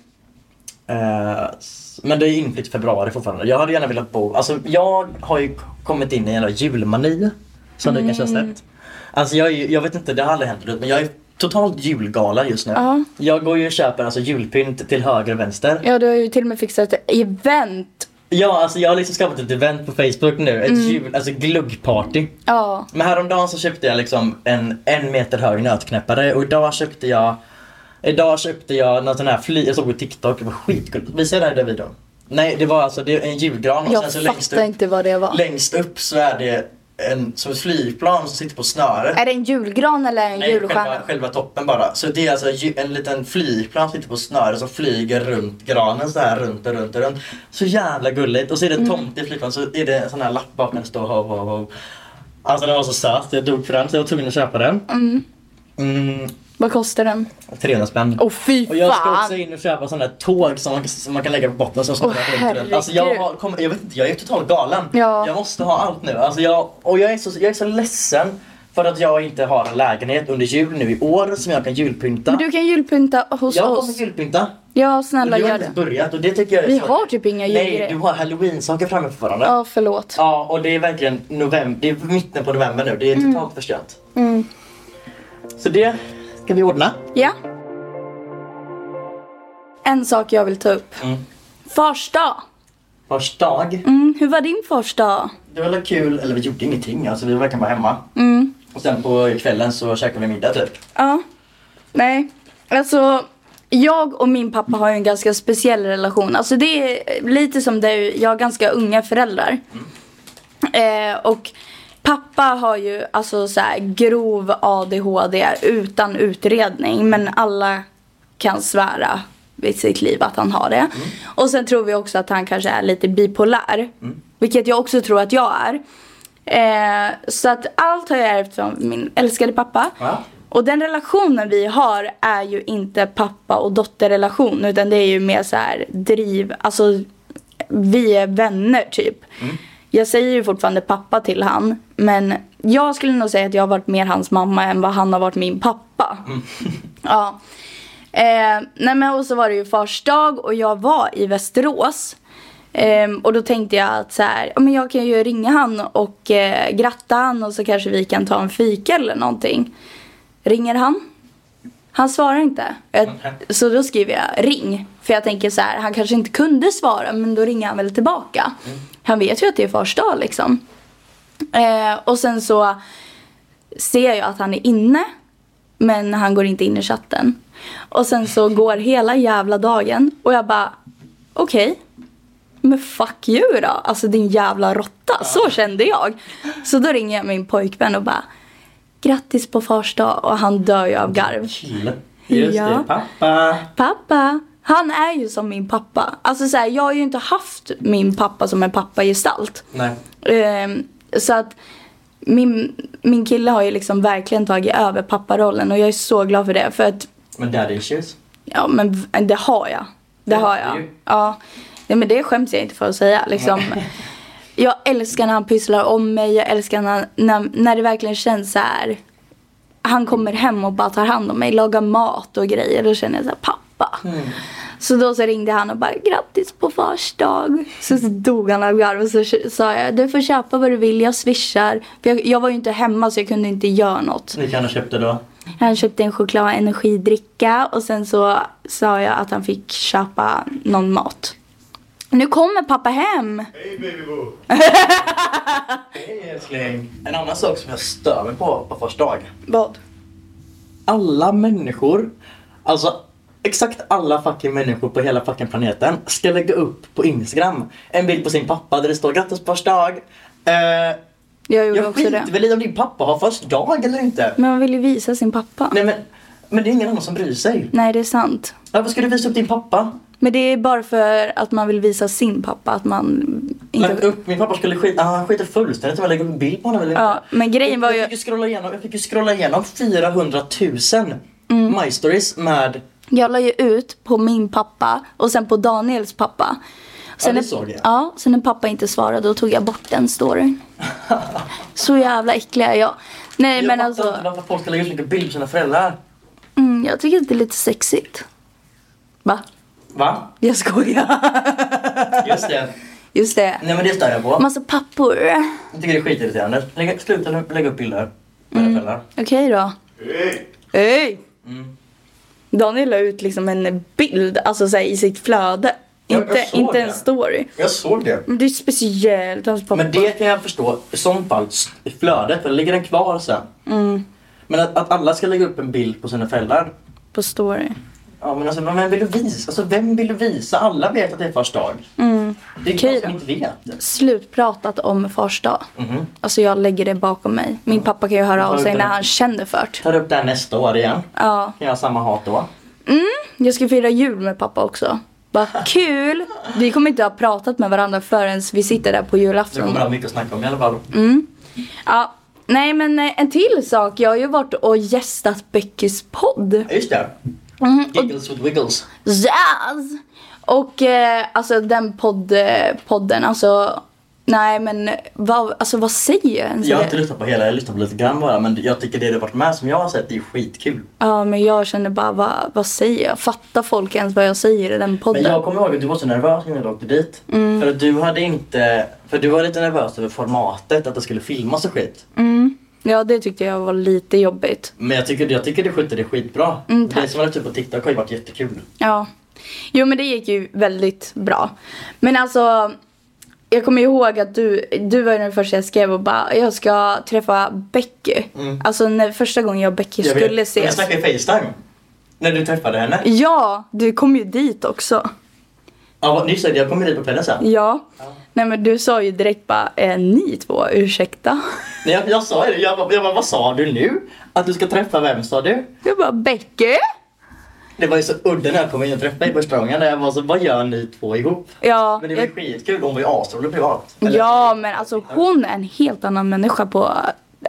Speaker 2: Eh, s- Men det är inflytt februari fortfarande. Jag hade gärna velat bo... Alltså jag har ju k- kommit in i en jävla julmani. Som du kanske har
Speaker 1: Mm.
Speaker 2: sett. Alltså jag, är ju- jag vet inte, det har aldrig hänt förut men jag är totalt julgalen just nu.
Speaker 1: Ja.
Speaker 2: Jag går ju och köper alltså julpynt till höger och vänster.
Speaker 1: Ja, du har ju till och med fixat ett event.
Speaker 2: Ja, alltså jag har liksom skapat ett event på Facebook nu. Ett
Speaker 1: Mm.
Speaker 2: jul, alltså glöggparty.
Speaker 1: Ja.
Speaker 2: Men häromdagen så köpte jag liksom en en meter hög nötknäppare och idag köpte jag Idag köpte jag någon sån här fly, jag såg på TikTok, det var skitcoolt. Visade jag dig den videon? Nej det var alltså det är en julgran och sen
Speaker 1: Jag
Speaker 2: så längst upp,
Speaker 1: fattar inte vad det var.
Speaker 2: längst upp så är det en, som ett flygplan som sitter på snöret.
Speaker 1: Är det en julgran eller en
Speaker 2: Nej, själva,
Speaker 1: julstjärna?
Speaker 2: själva toppen bara. Så det är alltså ju- en liten flygplan som sitter på snöre som flyger runt granen så här runt och runt och runt. Så jävla gulligt. Och så är det en tomte i flygplan så är det en sån här lapp bakom det står hov hov hov. Alltså den var så söt, jag dog för den så jag var tvungen att köpa den.
Speaker 1: Mm.
Speaker 2: Mm,
Speaker 1: Vad kostar den?
Speaker 2: 300 spänn.
Speaker 1: Åh fy
Speaker 2: Och jag ska också
Speaker 1: fan!
Speaker 2: in och köpa sådana här tåg som man, som man kan lägga på botten som snurrar runt och runt. Alltså jag, har, kommer, jag vet inte, jag är totalt galen.
Speaker 1: Ja.
Speaker 2: Jag måste ha allt nu. Alltså jag, och jag är, så, jag är så ledsen för att jag inte har en lägenhet under jul nu i år som jag kan julpynta.
Speaker 1: Men du kan julpynta hos
Speaker 2: jag kommer
Speaker 1: oss.
Speaker 2: julpynta.
Speaker 1: Ja,
Speaker 2: Och
Speaker 1: snälla
Speaker 2: du har
Speaker 1: gör
Speaker 2: inte
Speaker 1: det.
Speaker 2: börjat och det tycker jag är
Speaker 1: Vi
Speaker 2: så-
Speaker 1: har typ inga
Speaker 2: Nej, du
Speaker 1: julgrejer.
Speaker 2: har halloween-saker framme fortfarande.
Speaker 1: Ja, förlåt.
Speaker 2: Ja, och det är verkligen november, det är mitten på november nu. Det är totalt förstört.
Speaker 1: Mm.
Speaker 2: Så det ska vi ordna.
Speaker 1: Ja. En sak jag vill ta upp.
Speaker 2: Mm.
Speaker 1: Fars dag.
Speaker 2: Vars dag.
Speaker 1: Mm, hur var din fars dag?
Speaker 2: Det var väl kul, eller vi gjorde ingenting. Alltså vi var verkligen bara hemma.
Speaker 1: Mm.
Speaker 2: Och sen på kvällen så käkade vi middag typ.
Speaker 1: Ja. Nej. Alltså, jag och min pappa har ju en ganska speciell relation. Alltså det är lite som du, jag har ganska unga föräldrar. Eh, och pappa har ju alltså så här grov ADHD utan utredning. Men alla kan svära i sitt liv att han har det. Och sen tror vi också att han kanske är lite bipolär. Vilket jag också tror att jag är. Eh, så att allt har jag ärvt från min älskade pappa.
Speaker 2: Ja.
Speaker 1: Och den relationen vi har är ju inte pappa och dotterrelation utan det är ju mer så här driv, alltså vi är vänner typ. Jag säger ju fortfarande pappa till han men jag skulle nog säga att jag har varit mer hans mamma än vad han har varit min pappa. Ja. Eh, nej men och så var det ju fars dag och jag var i Västerås. Ehm, och då tänkte jag att så här, ja, men jag kan ju ringa han och eh, gratta han och så kanske vi kan ta en fika eller någonting. Ringer han? Han svarar inte. Jag, så då skriver jag ring. För jag tänker så här, han kanske inte kunde svara men då ringer han väl tillbaka. Han vet ju att det är fars dag liksom. Eh, och sen så ser jag att han är inne. Men han går inte in i chatten. Och sen så går hela jävla dagen och jag bara okej. Men fuck you då, alltså din jävla råtta. Så kände jag. Så då ringer jag min pojkvän och bara grattis på fars dag och han dör ju av garv.
Speaker 2: Kille. Just
Speaker 1: Ja.
Speaker 2: det, pappa.
Speaker 1: Pappa, han är ju som min pappa. Alltså så här, jag har ju inte haft min pappa som en pappagestalt.
Speaker 2: Nej.
Speaker 1: Ehm, så att min, min kille har ju liksom verkligen tagit över papparollen och jag är så glad för det. För att
Speaker 2: Men daddy issues.
Speaker 1: Ja men v- äh, det har jag. Det
Speaker 2: Det
Speaker 1: har
Speaker 2: har du
Speaker 1: jag.
Speaker 2: ju.
Speaker 1: Ja. Nej men det skäms jag inte för att säga liksom. Jag älskar när han pysslar om mig. Jag älskar när, när, när det verkligen känns så här. Han kommer hem och bara tar hand om mig. Lagar mat och grejer. Då känner jag så här, pappa.
Speaker 2: Mm.
Speaker 1: Så då så ringde han och bara grattis på fars dag. Så dog han av garv och så kö- sa jag du får köpa vad du vill. Jag swishar. För jag, jag var ju inte hemma så jag kunde inte göra något.
Speaker 2: Ni kan ha köpt det då.
Speaker 1: Han köpte en choklad och energidricka och sen så sa jag att han fick köpa någon mat. Nu kommer pappa hem!
Speaker 2: Hej babyboo! Hej älskling! En annan sak som jag stör mig på på första dag.
Speaker 1: Vad?
Speaker 2: Alla människor, alltså exakt alla fucking människor på hela fucking planeten ska lägga upp på Instagram en bild på sin pappa där det står grattis på första dag. Eh,
Speaker 1: Jag gjorde
Speaker 2: jag
Speaker 1: också det.
Speaker 2: skiter väl i om din pappa har första dag eller inte.
Speaker 1: Men man vill ju visa sin pappa. Nej.
Speaker 2: Nej men, men det är ingen annan som bryr sig.
Speaker 1: det är sant.
Speaker 2: Varför ska du visa upp din pappa?
Speaker 1: Men det är bara för att man vill visa sin pappa att man
Speaker 2: Lägg
Speaker 1: inte...
Speaker 2: upp, min pappa skulle skita, ah, han skiter fullständigt om jag lägger upp en bild på honom eller
Speaker 1: Ja, men grejen var
Speaker 2: Jag
Speaker 1: ju...
Speaker 2: fick ju scrolla igenom, jag fick ju scrolla igenom 400 000
Speaker 1: Mm.
Speaker 2: My Stories med...
Speaker 1: Jag la ju ut på min pappa och sen på Daniels pappa.
Speaker 2: det
Speaker 1: när-
Speaker 2: såg jag.
Speaker 1: Ja, sen när pappa inte svarade då tog jag bort den storyn. Så jävla äcklig är jag. Nej
Speaker 2: jag
Speaker 1: men
Speaker 2: fattar
Speaker 1: alltså.
Speaker 2: inte varför folk ska lägga ut så mycket bilder på sina föräldrar.
Speaker 1: Mm, jag tycker att det är lite sexigt. Va?
Speaker 2: Va?
Speaker 1: Jag skojar.
Speaker 2: Just det.
Speaker 1: Just det.
Speaker 2: Nej men det stör jag på.
Speaker 1: Massa pappor.
Speaker 2: Jag tycker det är skitirriterande. Lägg, sluta lä- lägga upp bilder på
Speaker 1: Mm.
Speaker 2: era föräldrar.
Speaker 1: Okej då. Hej!
Speaker 2: Mm.
Speaker 1: Daniel la ut liksom en bild, alltså så här, i sitt flöde.
Speaker 2: Ja, jag
Speaker 1: inte
Speaker 2: såg
Speaker 1: inte
Speaker 2: det.
Speaker 1: en story.
Speaker 2: Jag såg det.
Speaker 1: Men det är speciellt, hans pappa.
Speaker 2: Men det kan jag förstå i sånt fall, s- i flödet, för då ligger den kvar sen.
Speaker 1: mm,
Speaker 2: Men att, att alla ska lägga upp en bild på sina föräldrar.
Speaker 1: På story.
Speaker 2: Ja men alltså men vem vill du visa? Alltså vem vill du visa? Alla vet att det är fars dag. Det är
Speaker 1: Mm. Okej
Speaker 2: ingen som
Speaker 1: då.
Speaker 2: inte vet.
Speaker 1: Slutpratat om fars dag. Alltså jag lägger det bakom mig. Min pappa kan ju höra av
Speaker 2: Mhm. Ja,
Speaker 1: sig
Speaker 2: det-
Speaker 1: när han känner för det.
Speaker 2: Tar upp det här nästa år igen.
Speaker 1: Ja.
Speaker 2: Kan jag ha samma hat då?
Speaker 1: Mm. Jag ska fira jul med pappa också. Bara kul! Vi kommer inte ha pratat med varandra förrän vi sitter där på
Speaker 2: Så kommer
Speaker 1: julafton.
Speaker 2: ha mycket att snacka om i alla fall.
Speaker 1: Mm. Ja, nej men eh, en till sak. Jag har ju varit och gästat Beckys podd.
Speaker 2: Ja, Just det.
Speaker 1: Mm, och,
Speaker 2: Giggles with wiggles.
Speaker 1: yes! och eh, alltså den podd, eh, podden, alltså nej men vad, alltså, vad säger jag ens?
Speaker 2: Jag har
Speaker 1: Det-
Speaker 2: inte lyssnat på hela, jag har lyssnat på lite grann bara men jag tycker det du har varit med som jag har sett är skitkul.
Speaker 1: Ja men jag känner bara vad, vad säger jag? Fattar folk ens vad jag säger i den podden?
Speaker 2: Men jag kommer ihåg att du var så nervös innan du åkte dit.
Speaker 1: Mm.
Speaker 2: För att du hade inte, för du var lite nervös över formatet, att det skulle filmas och skit.
Speaker 1: Mm. Ja det tyckte jag var lite jobbigt.
Speaker 2: Men jag tycker, jag tycker du skötte det skitbra.
Speaker 1: Mm, tack.
Speaker 2: det som var typ på TikTok har ju varit jättekul.
Speaker 1: Ja. Jo men det gick ju väldigt bra. Men alltså. Jag kommer ihåg att du, du var ju den första jag skrev och bara jag ska träffa Becky. Alltså när, första gången jag och Becky
Speaker 2: Mm. Jag vet.
Speaker 1: skulle
Speaker 2: Jag
Speaker 1: ses.
Speaker 2: snackade i Facetime. När du träffade henne?
Speaker 1: Ja, du kom ju dit också.
Speaker 2: Ja, just det. Jag kommer dit på kvällen sen.
Speaker 1: Ja. Nej men du sa ju direkt bara, eh, ni två, ursäkta.
Speaker 2: Nej, jag, jag sa ju det. Jag, bara- jag bara, vad sa du nu? Att du ska träffa vem sa du?
Speaker 1: Jag bara, Becky?
Speaker 2: Det var ju så udda när jag kom in och träffade dig första gången. När jag var så, vad gör ni två ihop?
Speaker 1: Ja,
Speaker 2: Men det var ju
Speaker 1: jag-
Speaker 2: skitkul. Hon var ju asrolig privat. Eller-
Speaker 1: Ja men alltså hon är en helt annan människa på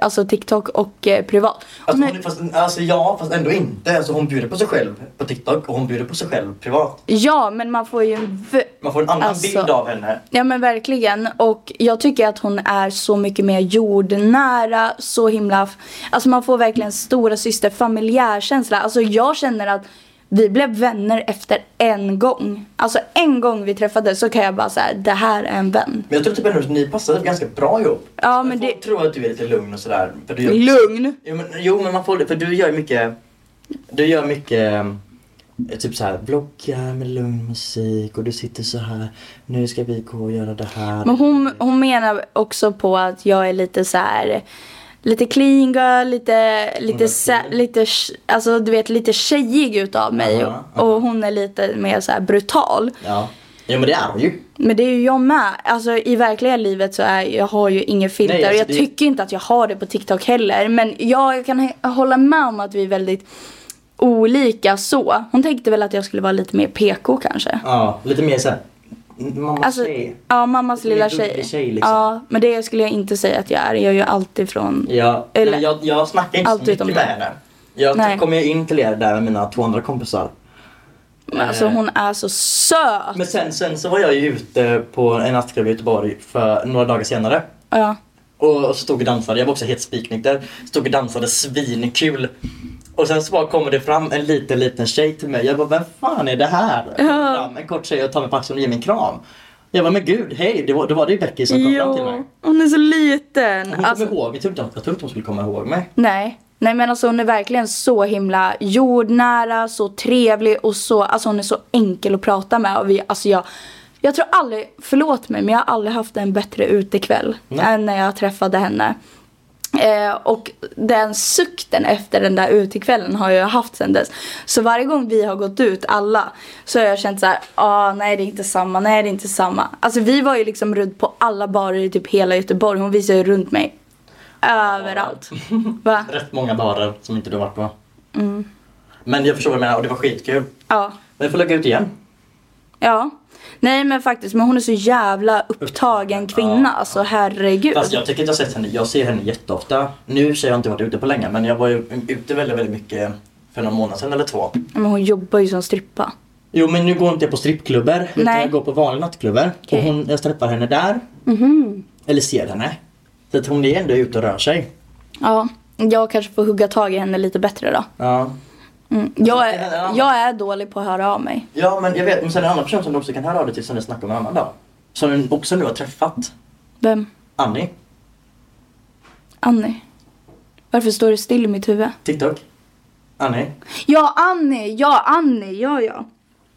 Speaker 1: alltså, TikTok och eh, privat. Hon
Speaker 2: Alltså,
Speaker 1: är-
Speaker 2: hon, fast, alltså ja, fast ändå inte. Alltså, hon bjuder på sig själv på TikTok och hon bjuder på sig själv privat.
Speaker 1: Ja men man får ju en v-
Speaker 2: Man får en annan
Speaker 1: Alltså-
Speaker 2: bild av henne.
Speaker 1: Ja men verkligen och jag tycker att hon är så mycket mer jordnära, så himla, alltså man får verkligen stora syster familjärkänsla. Alltså jag känner att vi blev vänner efter en gång. Alltså en gång vi träffades så kan jag bara säga det här är en vän.
Speaker 2: Men jag tror typ ändå att ni passade ganska bra ihop.
Speaker 1: Ja, men
Speaker 2: Folk
Speaker 1: det-
Speaker 2: tror att du är lite lugn och sådär. För du gör...
Speaker 1: Lugn!
Speaker 2: Jo men, jo men man får det, för du gör mycket, du gör mycket eh, typ såhär bloggar med lugn musik och du sitter så här. nu ska vi gå och göra det här.
Speaker 1: Men hon, hon menar också på att jag är lite så här lite clean girl, lite, lite, sä, lite, sh- alltså du vet lite tjejig utav mig
Speaker 2: Aha, aha.
Speaker 1: och hon är lite mer så här brutal.
Speaker 2: Ja. ja men det är hon ju.
Speaker 1: Men det är ju jag med. Alltså i verkliga livet så är jag har ju inget filter
Speaker 2: Nej, alltså,
Speaker 1: och jag
Speaker 2: det-
Speaker 1: tycker inte att jag har det på TikTok heller. Men jag kan he- hålla med om att vi är väldigt olika så. Hon tänkte väl att jag skulle vara lite mer PK kanske.
Speaker 2: Ja, lite mer såhär mamma
Speaker 1: Alltså,
Speaker 2: tjej.
Speaker 1: ja, mammas
Speaker 2: Lite mer
Speaker 1: lilla
Speaker 2: dubbel
Speaker 1: tjej.
Speaker 2: tjej, liksom.
Speaker 1: Ja, men det skulle jag inte säga att jag är. Jag är ju alltid från...
Speaker 2: Ja,
Speaker 1: Eller-
Speaker 2: nej, jag, jag snackar inte
Speaker 1: Allt
Speaker 2: så mycket
Speaker 1: utom
Speaker 2: med
Speaker 1: det.
Speaker 2: henne. Jag
Speaker 1: Nej.
Speaker 2: kom ju in till er där med mina två andra kompisar.
Speaker 1: Men alltså
Speaker 2: Eh.
Speaker 1: hon är så söt!
Speaker 2: Men sen, sen så var jag ju ute på en nattklubb i Göteborg för några dagar senare.
Speaker 1: Ja.
Speaker 2: Och och så stod och dansade, jag var också helt spiknykter. Stod och dansade svinkul. Och sen så bara kommer det fram en liten liten tjej till mig. Jag bara, vem fan är det här? Kommer Fram, en kort tjej och tar mig på axeln och ger mig en kram. Jag bara, men gud, hej, det var, det var det ju Becky som kom fram till mig.
Speaker 1: Jo, hon är så liten!
Speaker 2: Hon
Speaker 1: Alltså-
Speaker 2: kom ihåg, jag trodde, jag trodde inte hon skulle komma ihåg mig.
Speaker 1: Nej. Nej men alltså hon är verkligen så himla jordnära, så trevlig och så, alltså hon är så enkel att prata med och vi, alltså jag, jag tror aldrig, förlåt mig men jag har aldrig haft en bättre utekväll
Speaker 2: Nej.
Speaker 1: än när jag träffade henne. Eh, och den sukten efter den där utekvällen har jag haft sen dess. Så varje gång vi har gått ut, alla, så har jag känt så här, ah, nej det är inte samma, nej det är inte samma. Alltså vi var ju liksom runt på alla barer i typ hela Göteborg, hon visade ju runt mig. Överallt. Va?
Speaker 2: Rätt många barer som inte du har varit på.
Speaker 1: Mm.
Speaker 2: Men jag förstår vad du menar och det var skitkul.
Speaker 1: Ja.
Speaker 2: Men jag får lägga ut igen.
Speaker 1: Ja. Nej men faktiskt, men hon är så jävla upptagen kvinna. Alltså herregud.
Speaker 2: Fast jag tycker att jag har sett henne, jag ser henne jätteofta. Nu så har jag inte varit ute på länge men jag var ju ute väldigt, väldigt mycket för någon månad sedan eller två.
Speaker 1: Men hon jobbar ju som strippa.
Speaker 2: Jo men nu går inte jag på strippklubbar utan
Speaker 1: Nej.
Speaker 2: jag går på vanliga nattklubbar.
Speaker 1: Okej. Mhm.
Speaker 2: Och hon, jag träffar henne där. Eller ser henne. Så att hon är ändå ute och rör sig.
Speaker 1: Ja. Jag kanske får hugga tag i henne lite bättre då.
Speaker 2: Ja.
Speaker 1: Mm. Jag, är,
Speaker 2: Ja.
Speaker 1: jag är dålig på att höra av mig.
Speaker 2: ja men jag vet, men sen är det en annan person som du också kan höra av dig till som du snackade om en annan dag. Som du också nu har träffat.
Speaker 1: Vem?
Speaker 2: Annie.
Speaker 1: Annie. Varför står det still i mitt huvud?
Speaker 2: TikTok. Annie.
Speaker 1: Ja, Annie! Ja, Annie! Ja, ja.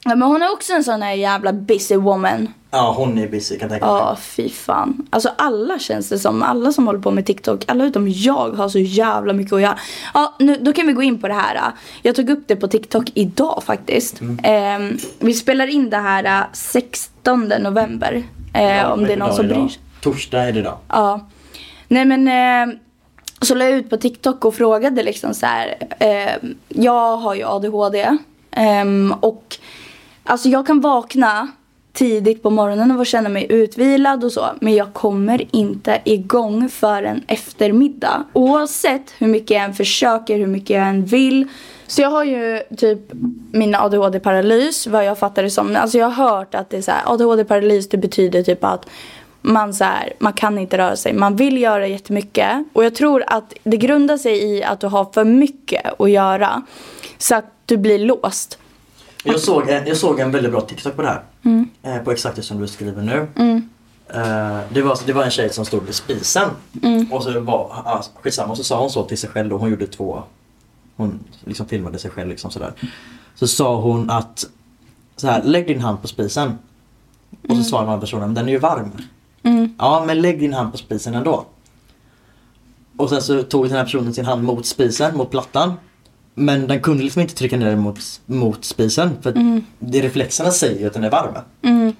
Speaker 1: ja men hon är också en sån här jävla busy woman.
Speaker 2: Ja hon är busy kan jag tänka mig.
Speaker 1: Ja, fy fan. Alltså alla känns det som, alla som håller på med TikTok, alla utom jag har så jävla mycket att göra. Ja, nu, då kan vi gå in på det här. äh. Jag tog upp det på TikTok idag faktiskt.
Speaker 2: Mm.
Speaker 1: Ehm, vi spelar in det här äh, 16 november. eh,
Speaker 2: Ja,
Speaker 1: om det är
Speaker 2: idag
Speaker 1: någon som
Speaker 2: idag.
Speaker 1: bryr sig.
Speaker 2: Torsdag är det idag.
Speaker 1: Ja. Nej men eh, så la jag ut på TikTok och frågade liksom så här. Eh, jag har ju ADHD. ehm, och alltså jag kan vakna tidigt på morgonen och känna mig utvilad och så. Men jag kommer inte igång förrän eftermiddag. Oavsett hur mycket jag än försöker, hur mycket jag än vill. Så jag har ju typ min ADHD-paralys, vad jag fattar det som. Alltså jag har hört att det är så här, ADHD-paralys det betyder typ att man, så här, man kan inte röra sig. Man vill göra jättemycket. Och jag tror att det grundar sig i att du har för mycket att göra. Så att du blir låst.
Speaker 2: Jag såg, en- jag såg en väldigt bra TikTok på det här. Eh, På exakt det som du skriver nu. Eh, Det, var, det var en tjej som stod vid spisen. Och så var, ah, skitsamma, och så sa hon så till sig själv och hon gjorde två. Hon liksom filmade sig själv liksom sådär. Så sa hon att så här, lägg din hand på spisen. Och så sa den andra personen, den är ju varm. Ja men lägg din hand på spisen ändå. Och sen så tog den här personen sin hand mot spisen, mot plattan. Men den kunde liksom inte trycka ner den mot, mot spisen för att det reflexerna säger ju att den är varm.
Speaker 1: Mm.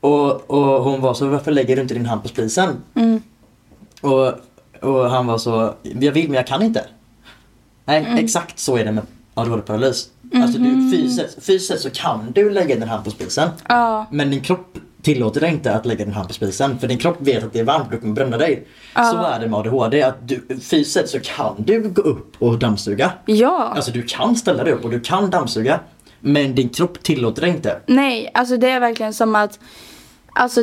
Speaker 2: Och, och hon var så, varför lägger du inte din hand på spisen?
Speaker 1: Mm.
Speaker 2: Och, och han var så, jag vill men jag kan inte. Nej,
Speaker 1: Mm.
Speaker 2: exakt så är det med ADHD-paralys. Alltså
Speaker 1: Mm-hmm.
Speaker 2: du, fysiskt, fysiskt så kan du lägga din hand på spisen.
Speaker 1: Ja.
Speaker 2: Men din kropp tillåter dig inte att lägga din hand på spisen. För din kropp vet att det är varmt och kommer bränna dig. Så är det med ADHD. Att du, fysiskt så kan du gå upp och dammsuga.
Speaker 1: Ja.
Speaker 2: Alltså du kan ställa dig upp och du kan dammsuga. Men din kropp tillåter dig inte.
Speaker 1: Nej, alltså det är verkligen som att Alltså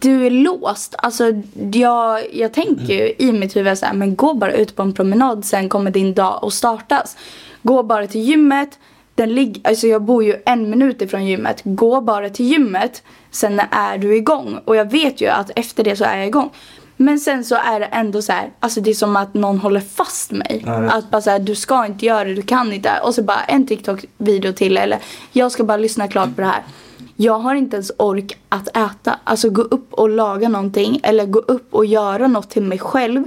Speaker 1: du är låst. Alltså jag, jag tänker ju i mitt huvud så här, men gå bara ut på en promenad sen kommer din dag att startas. Gå bara till gymmet. Den lig- alltså jag bor ju en minut ifrån gymmet. Gå bara till gymmet. Sen är du igång. Och jag vet ju att efter det så är jag igång. Men sen så är det ändå så här, alltså det är som att någon håller fast mig.
Speaker 2: Ja, jag vet.
Speaker 1: Att bara så här, du ska inte göra det, du kan inte. Och så bara en TikTok-video till eller jag ska bara lyssna klart på det här. Jag har inte ens ork att äta. Alltså gå upp och laga någonting eller gå upp och göra något till mig själv.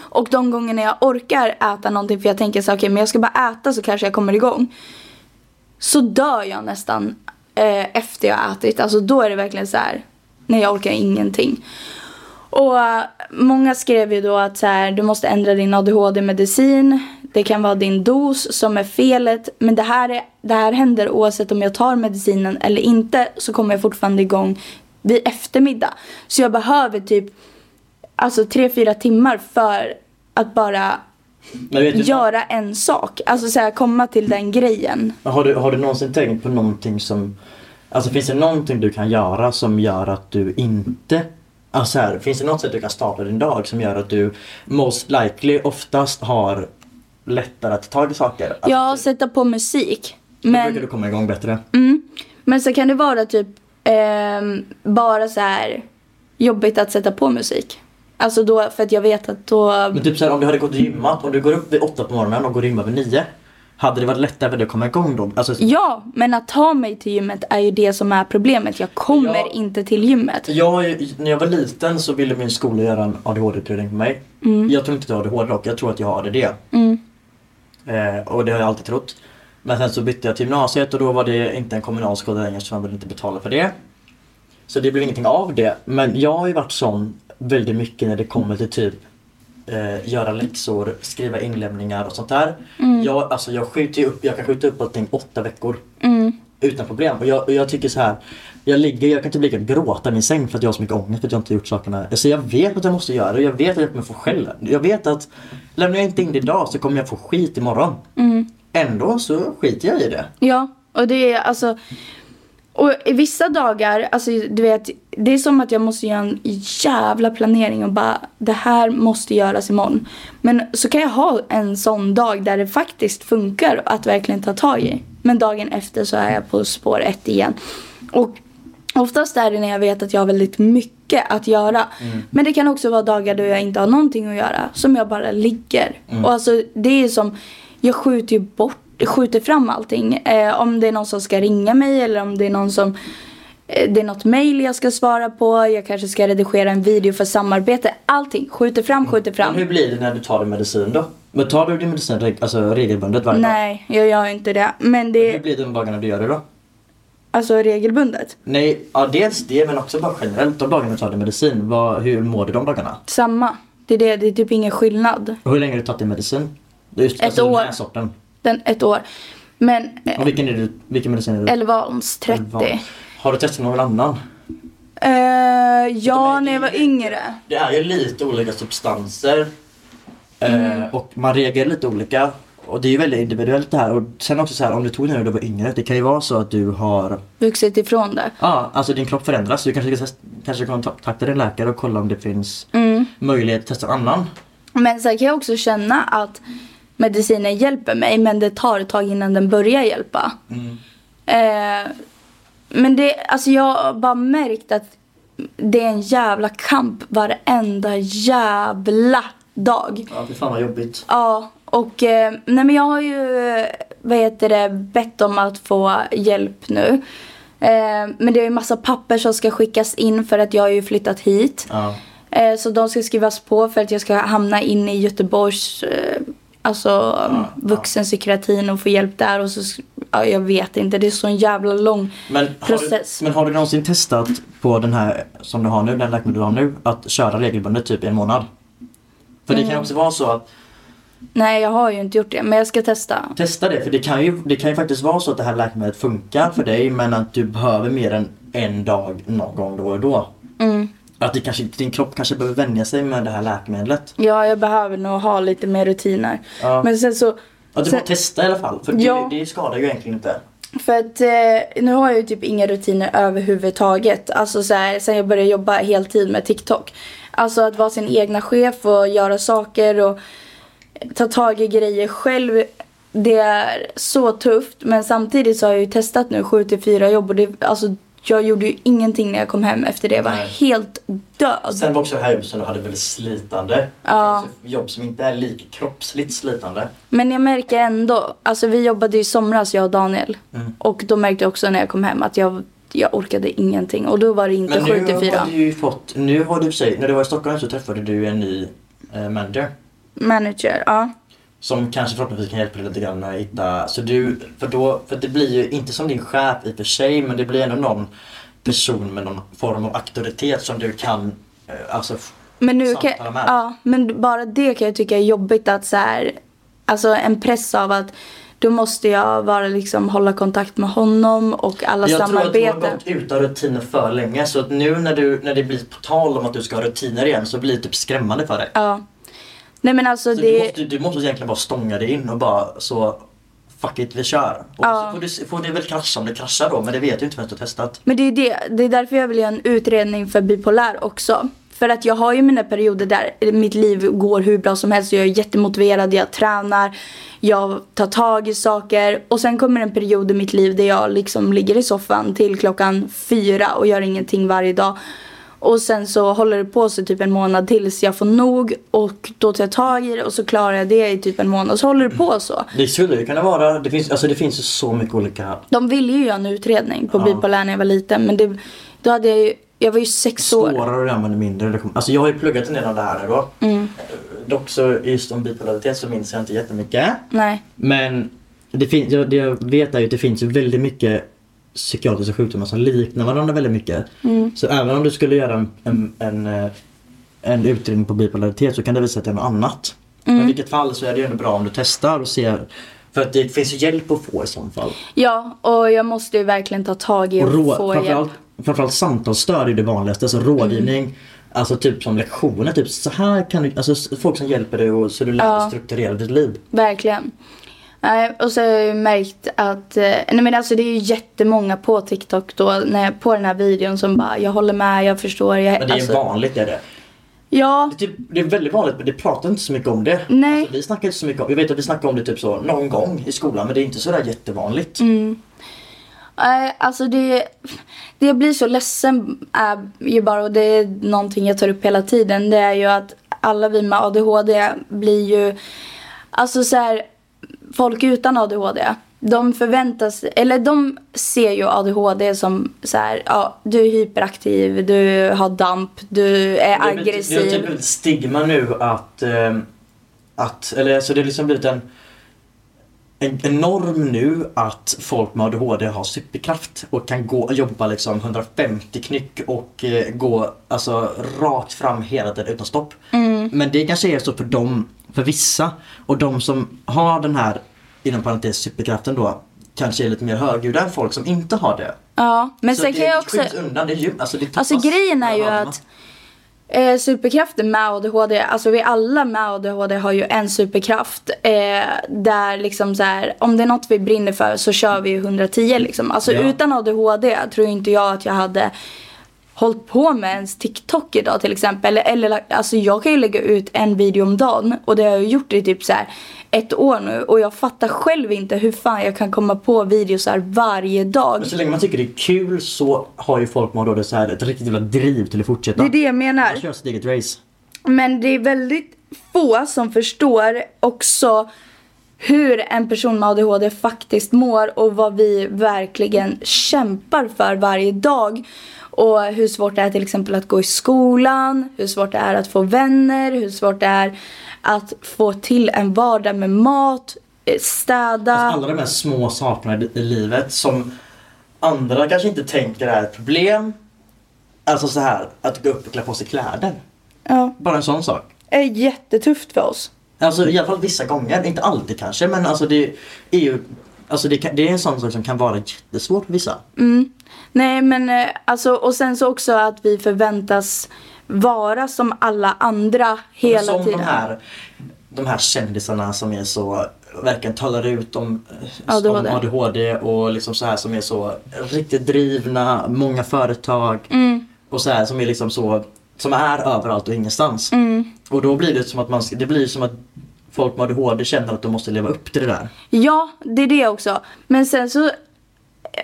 Speaker 1: Och de gångerna jag orkar äta någonting för jag tänker så här, okej men jag ska bara äta så kanske jag kommer igång. Så dör jag nästan eh, efter jag har ätit. Alltså då är det verkligen så här, nej jag orkar ingenting. Och eh, många skrev ju då att så här, du måste ändra din ADHD-medicin. Det kan vara din dos som är felet. Men det här, är, det här händer oavsett om jag tar medicinen eller inte så kommer jag fortfarande igång vid eftermiddag. Så jag behöver typ alltså tre, fyra timmar för att bara
Speaker 2: Men vet du,
Speaker 1: göra en sak. Alltså så här, komma till den grejen.
Speaker 2: har, du, har du någonsin tänkt på någonting som... Alltså finns det någonting du kan göra som gör att du inte... Alltså här, finns det något sätt du kan starta din dag som gör att du most likely oftast har lättare att ta tag i saker? Att-
Speaker 1: Ja, sätta på musik.
Speaker 2: Då Alltså brukar
Speaker 1: Men,
Speaker 2: du komma igång bättre.
Speaker 1: Mm. men så kan det vara typ ehm, bara så här jobbigt att sätta på musik. Alltså då, för att jag vet att då...
Speaker 2: Men typ såhär om du hade gått och gymmat, om du går upp vid åtta på morgonen och går och gymmar vid nio. Hade det varit lättare för dig att komma igång då? Alltså,
Speaker 1: Ja, men att ta mig till gymmet är ju det som är problemet. Jag kommer
Speaker 2: Ja.
Speaker 1: inte till gymmet.
Speaker 2: jag, när jag var liten så ville min skola göra en ADHD-utredning på mig. Jag tror inte att jag har ADHD dock, jag tror att jag har ADD.
Speaker 1: Mm.
Speaker 2: Eh, och det har jag alltid trott. Men sen så bytte jag till gymnasiet och då var det inte en kommunal skola längre så man ville inte betala för det. Så det blev ingenting av det. Men jag har ju varit sån väldigt mycket när det kommer till typ eh, göra läxor, skriva inlämningar och sånt där. Jag, alltså, jag, skjuter ju upp, jag kan skjuta upp allting åtta veckor. Utan problem. Och jag, och jag tycker så här. Jag, ligger, jag kan typ ligga och gråta i min säng för att jag har så mycket ångest för att jag inte gjort sakerna. Alltså jag vet att jag måste göra det och jag vet att jag kommer få skäll. Jag vet att lämnar jag inte in det idag så kommer jag få skit imorgon. Ändå så skiter jag i det.
Speaker 1: Ja, och det är alltså... Och i vissa dagar, alltså du vet, det är som att jag måste göra en jävla planering och bara det här måste göras imorgon. Men så kan jag ha en sån dag där det faktiskt funkar att verkligen ta tag i. Men dagen efter så är jag på spår ett igen. Och oftast är det när jag vet att jag har väldigt mycket att göra. Men det kan också vara dagar då jag inte har någonting att göra. Som jag bara ligger. Och alltså det är som, jag skjuter ju bort skjuter fram allting. Eh, om det är någon som ska ringa mig eller om det är någon som eh, det är något mail jag ska svara på, jag kanske ska redigera en video för samarbete. Allting skjuter fram, skjuter fram.
Speaker 2: Men hur blir det när du tar din medicin då? Men tar du din medicin reg- alltså regelbundet varje dag?
Speaker 1: Nej, jag gör inte det. Men det
Speaker 2: Hur
Speaker 1: är
Speaker 2: blir det de dagarna du gör det då?
Speaker 1: alltså regelbundet.
Speaker 2: Nej, ja, dels det men också bara generellt de dagarna du tar din medicin. Vad, hur mår du de dagarna?
Speaker 1: Samma. Det är, det, det är typ ingen skillnad.
Speaker 2: Och hur länge har du tagit din medicin? Just,
Speaker 1: Ett
Speaker 2: alltså, Den
Speaker 1: år.
Speaker 2: här sorten.
Speaker 1: Den, ett år. Men eh,
Speaker 2: Och vilken, är du, vilken medicin är du?
Speaker 1: Elvans 30.
Speaker 2: Elvan. Har du testat någon annan?
Speaker 1: Eh, ja, när jag var yngre.
Speaker 2: Det är ju lite olika substanser.
Speaker 1: Mm.
Speaker 2: Eh, och man reagerar lite olika. Och det är ju väldigt individuellt det här. Och sen också så här, om du tog det när du var yngre. Det kan ju vara så att du har...
Speaker 1: Vuxit ifrån det.
Speaker 2: Ja, alltså din kropp förändras. Du kanske ska test- kanske kontakta din läkare och kolla om det finns
Speaker 1: Mm.
Speaker 2: möjlighet att testa en annan.
Speaker 1: Men sen kan jag också känna att medicinen hjälper mig men det tar ett tag innan den börjar hjälpa. Eh, men det, alltså jag har bara märkt att det är en jävla kamp varenda jävla dag.
Speaker 2: Ja, fy fan vad jobbigt.
Speaker 1: Ja, och eh, nej men jag har ju eh, vad heter det, bett om att få hjälp nu. Eh, men det är ju massa papper som ska skickas in för att jag har ju flyttat hit.
Speaker 2: Ja.
Speaker 1: Eh, så de ska skrivas på för att jag ska hamna in i Göteborgs eh, Alltså vuxenpsykiatrin och få hjälp där och så, ja, jag vet inte. Det är så en jävla lång
Speaker 2: Men har, du,
Speaker 1: process.
Speaker 2: men har du någonsin testat på den här som du har nu, den läkemedel du har nu, att köra regelbundet typ i en månad? För det
Speaker 1: Mm.
Speaker 2: kan också vara så att
Speaker 1: Nej, jag har ju inte gjort det, men jag ska testa.
Speaker 2: Testa det, för det kan, ju, det kan ju faktiskt vara så att det här läkemedlet funkar för dig men att du behöver mer än en dag någon gång då och då.
Speaker 1: Mm.
Speaker 2: Att det kanske, din kropp kanske behöver vänja sig med det här läkemedlet.
Speaker 1: Ja, jag behöver nog ha lite mer rutiner.
Speaker 2: Ja.
Speaker 1: Men sen så,
Speaker 2: Att du
Speaker 1: sen-
Speaker 2: får testa i alla fall, för
Speaker 1: Ja.
Speaker 2: det, det skadar ju egentligen inte.
Speaker 1: för att eh, nu har jag ju typ inga rutiner överhuvudtaget. Alltså så här, sen jag började jobba heltid med TikTok. Alltså att vara sin egna chef och göra saker och ta tag i grejer själv. Det är så tufft, men samtidigt så har jag ju testat nu 7 till 4 jobb och det, alltså jag gjorde ju ingenting när jag kom hem efter det. Jag var
Speaker 2: Nej.
Speaker 1: helt död.
Speaker 2: Sen var också hemsen och hade väldigt slitande.
Speaker 1: Ja.
Speaker 2: Alltså, Jobb som inte är lika kroppsligt slitande.
Speaker 1: Men jag märker ändå, alltså vi jobbade i somras jag och Daniel.
Speaker 2: Mm.
Speaker 1: Och då märkte jag också när jag kom hem att jag, jag orkade ingenting. Och då var det inte
Speaker 2: Men nu
Speaker 1: 7 till 4.
Speaker 2: har du ju fått, nu har du i och för sig, när du var i Stockholm så träffade du en ny eh, manager.
Speaker 1: Manager, ja.
Speaker 2: Som kanske förhoppningsvis kan hjälpa dig lite grann att hitta, så du, för då, för det blir ju inte som din chef i och för sig men det blir ändå någon person med någon form av auktoritet som du kan, eh, alltså f-
Speaker 1: Men nu kan,
Speaker 2: Samtala med.
Speaker 1: ja, men bara det kan jag tycka är jobbigt att så här, alltså en press av att då måste jag vara liksom hålla kontakt med honom och alla
Speaker 2: jag tror att du har
Speaker 1: samarbeten.
Speaker 2: gått utan rutiner för länge så att nu när, du, när det blir på tal om att du ska ha rutiner igen så blir det typ skrämmande för dig.
Speaker 1: Ja. Nej men alltså
Speaker 2: Så
Speaker 1: det,
Speaker 2: du, måste, du måste egentligen bara stånga dig in och bara så fuck it vi kör. Och
Speaker 1: Ja.
Speaker 2: så får, du, se- får det väl krascha om det kraschar då men det vet du inte förrän du har testat.
Speaker 1: Men det är, det. det är därför jag vill göra en utredning för bipolär också. För att jag har ju mina perioder där mitt liv går hur bra som helst. Jag är jättemotiverad, jag tränar, jag tar tag i saker. Och sen kommer en period i mitt liv där jag liksom ligger i soffan till klockan fyra och gör ingenting varje dag. Och sen så håller det på sig typ en månad tills jag får nog och då tar jag tag i det och så klarar jag det i typ en månad och så håller det på så.
Speaker 2: Det skulle ju kunna vara, det finns, alltså det finns ju så mycket olika
Speaker 1: De ville ju göra en utredning på
Speaker 2: Ja.
Speaker 1: bipolär när jag var liten men det, då hade jag ju, jag var ju sex år.
Speaker 2: svårare och det använder mindre. Det kommer- Alltså jag har ju pluggat en del av det här nu då.
Speaker 1: Mm.
Speaker 2: Eh, Dock så just om bipolaritet så minns jag inte jättemycket.
Speaker 1: Nej.
Speaker 2: Men det finns, jag, det jag vet är ju att det finns ju väldigt mycket psykiatriska sjukdomar som liknar varandra väldigt mycket.
Speaker 1: Mm.
Speaker 2: Så även om du skulle göra en, en, en, eh, en utredning på bipolaritet så kan det visa att det är något annat.
Speaker 1: Mm.
Speaker 2: Men i vilket fall så är det ju ändå bra om du testar och ser. För att det finns ju hjälp att få i sådant fall.
Speaker 1: Ja, och jag måste ju verkligen ta tag i
Speaker 2: Och rå,
Speaker 1: och få hjälp.
Speaker 2: framförallt, framförallt samtalsstöd är det vanligaste, alltså rådgivning.
Speaker 1: Mm.
Speaker 2: Alltså typ som lektioner, typ så här kan du, alltså s- folk som hjälper dig och så du lär dig
Speaker 1: Ja.
Speaker 2: strukturera ditt liv.
Speaker 1: Verkligen. Nej, och så har jag ju märkt att, eh, nej men alltså det är ju jättemånga på TikTok då, när, på den här videon som bara jag håller med, jag förstår, jag...
Speaker 2: Men det är
Speaker 1: alltså,
Speaker 2: vanligt det är det.
Speaker 1: Ja,
Speaker 2: Det är, typ, det är väldigt vanligt men det pratar inte så mycket om det.
Speaker 1: Nej.
Speaker 2: Alltså, vi snackar inte så mycket om, jag vet att vi snackar om det typ så någon gång i skolan men det är inte sådär jättevanligt.
Speaker 1: Nej, alltså det, det jag blir så ledsen är ju bara, och det är någonting jag tar upp hela tiden, det är ju att alla vi med ADHD blir ju, alltså så här, folk utan ADHD, de förväntas, eller de ser ju ADHD som så här, ja, du är hyperaktiv, du har damp, du är
Speaker 2: Det har blivit-
Speaker 1: aggressiv.
Speaker 2: Det har typ blivit ett stigma nu att, ehm, att eller alltså det har liksom blivit en, en, en norm nu att folk med ADHD har superkraft och kan gå och jobba liksom 150 knyck och eh, gå alltså rakt fram hela tiden utan stopp.
Speaker 1: Mm.
Speaker 2: Men det kanske är så för dem, för vissa och de som har den här inom parentes superkraften då kanske är lite mer högljudda än folk som inte har det.
Speaker 1: ja, men
Speaker 2: så
Speaker 1: sen
Speaker 2: det
Speaker 1: kan jag också...
Speaker 2: skyms undan, det är ju, alltså, det
Speaker 1: Alltså
Speaker 2: tappas
Speaker 1: grejen är ju
Speaker 2: över alla.
Speaker 1: att eh, superkrafter med ADHD, alltså vi alla med ADHD har ju en superkraft. Eh, där liksom så här, om det är något vi brinner för så kör vi ju 110 liksom. Alltså
Speaker 2: Ja.
Speaker 1: utan ADHD tror inte jag att jag hade hållit på med ens TikTok idag till exempel. Eller, eller lagt- alltså jag kan ju lägga ut en video om dagen och det har jag gjort i typ så här ett år nu och jag fattar själv inte hur fan jag kan komma på videosar varje dag.
Speaker 2: Men så länge man tycker det är kul så har ju folk med ADHD så här ett riktigt jävla driv till att fortsätta.
Speaker 1: Det är det jag menar.
Speaker 2: Man kör sitt eget race.
Speaker 1: Men det är väldigt få som förstår också hur en person med ADHD faktiskt mår och vad vi verkligen kämpar för varje dag. Och hur svårt det är till exempel att gå i skolan, hur svårt det är att få vänner, hur svårt det är att få till en vardag med mat, eh, städa.
Speaker 2: Alltså alla de här små sakerna i i livet som andra kanske inte tänker är ett problem. Alltså så här, att gå upp och klä på sig kläder.
Speaker 1: ja,
Speaker 2: Bara en sån sak.
Speaker 1: är jättetufft för oss.
Speaker 2: Alltså i alla fall vissa gånger, inte alltid kanske men alltså det är ju Alltså det, kan, det är en sån sak som kan vara jättesvårt för vissa.
Speaker 1: Nej men eh, alltså och sen så också att vi förväntas vara som alla andra hela
Speaker 2: som
Speaker 1: tiden.
Speaker 2: de här, de här kändisarna som är så, verkligen talar ut om, eh,
Speaker 1: ADHD.
Speaker 2: om ADHD och liksom så här som är så riktigt drivna, många företag
Speaker 1: Mm.
Speaker 2: och så här som är liksom så, som är överallt och ingenstans.
Speaker 1: Mm.
Speaker 2: Och då blir det som att man, ska- det blir som att folk med ADHD känner att de måste leva upp till det där.
Speaker 1: Ja, det är det också. Men sen så...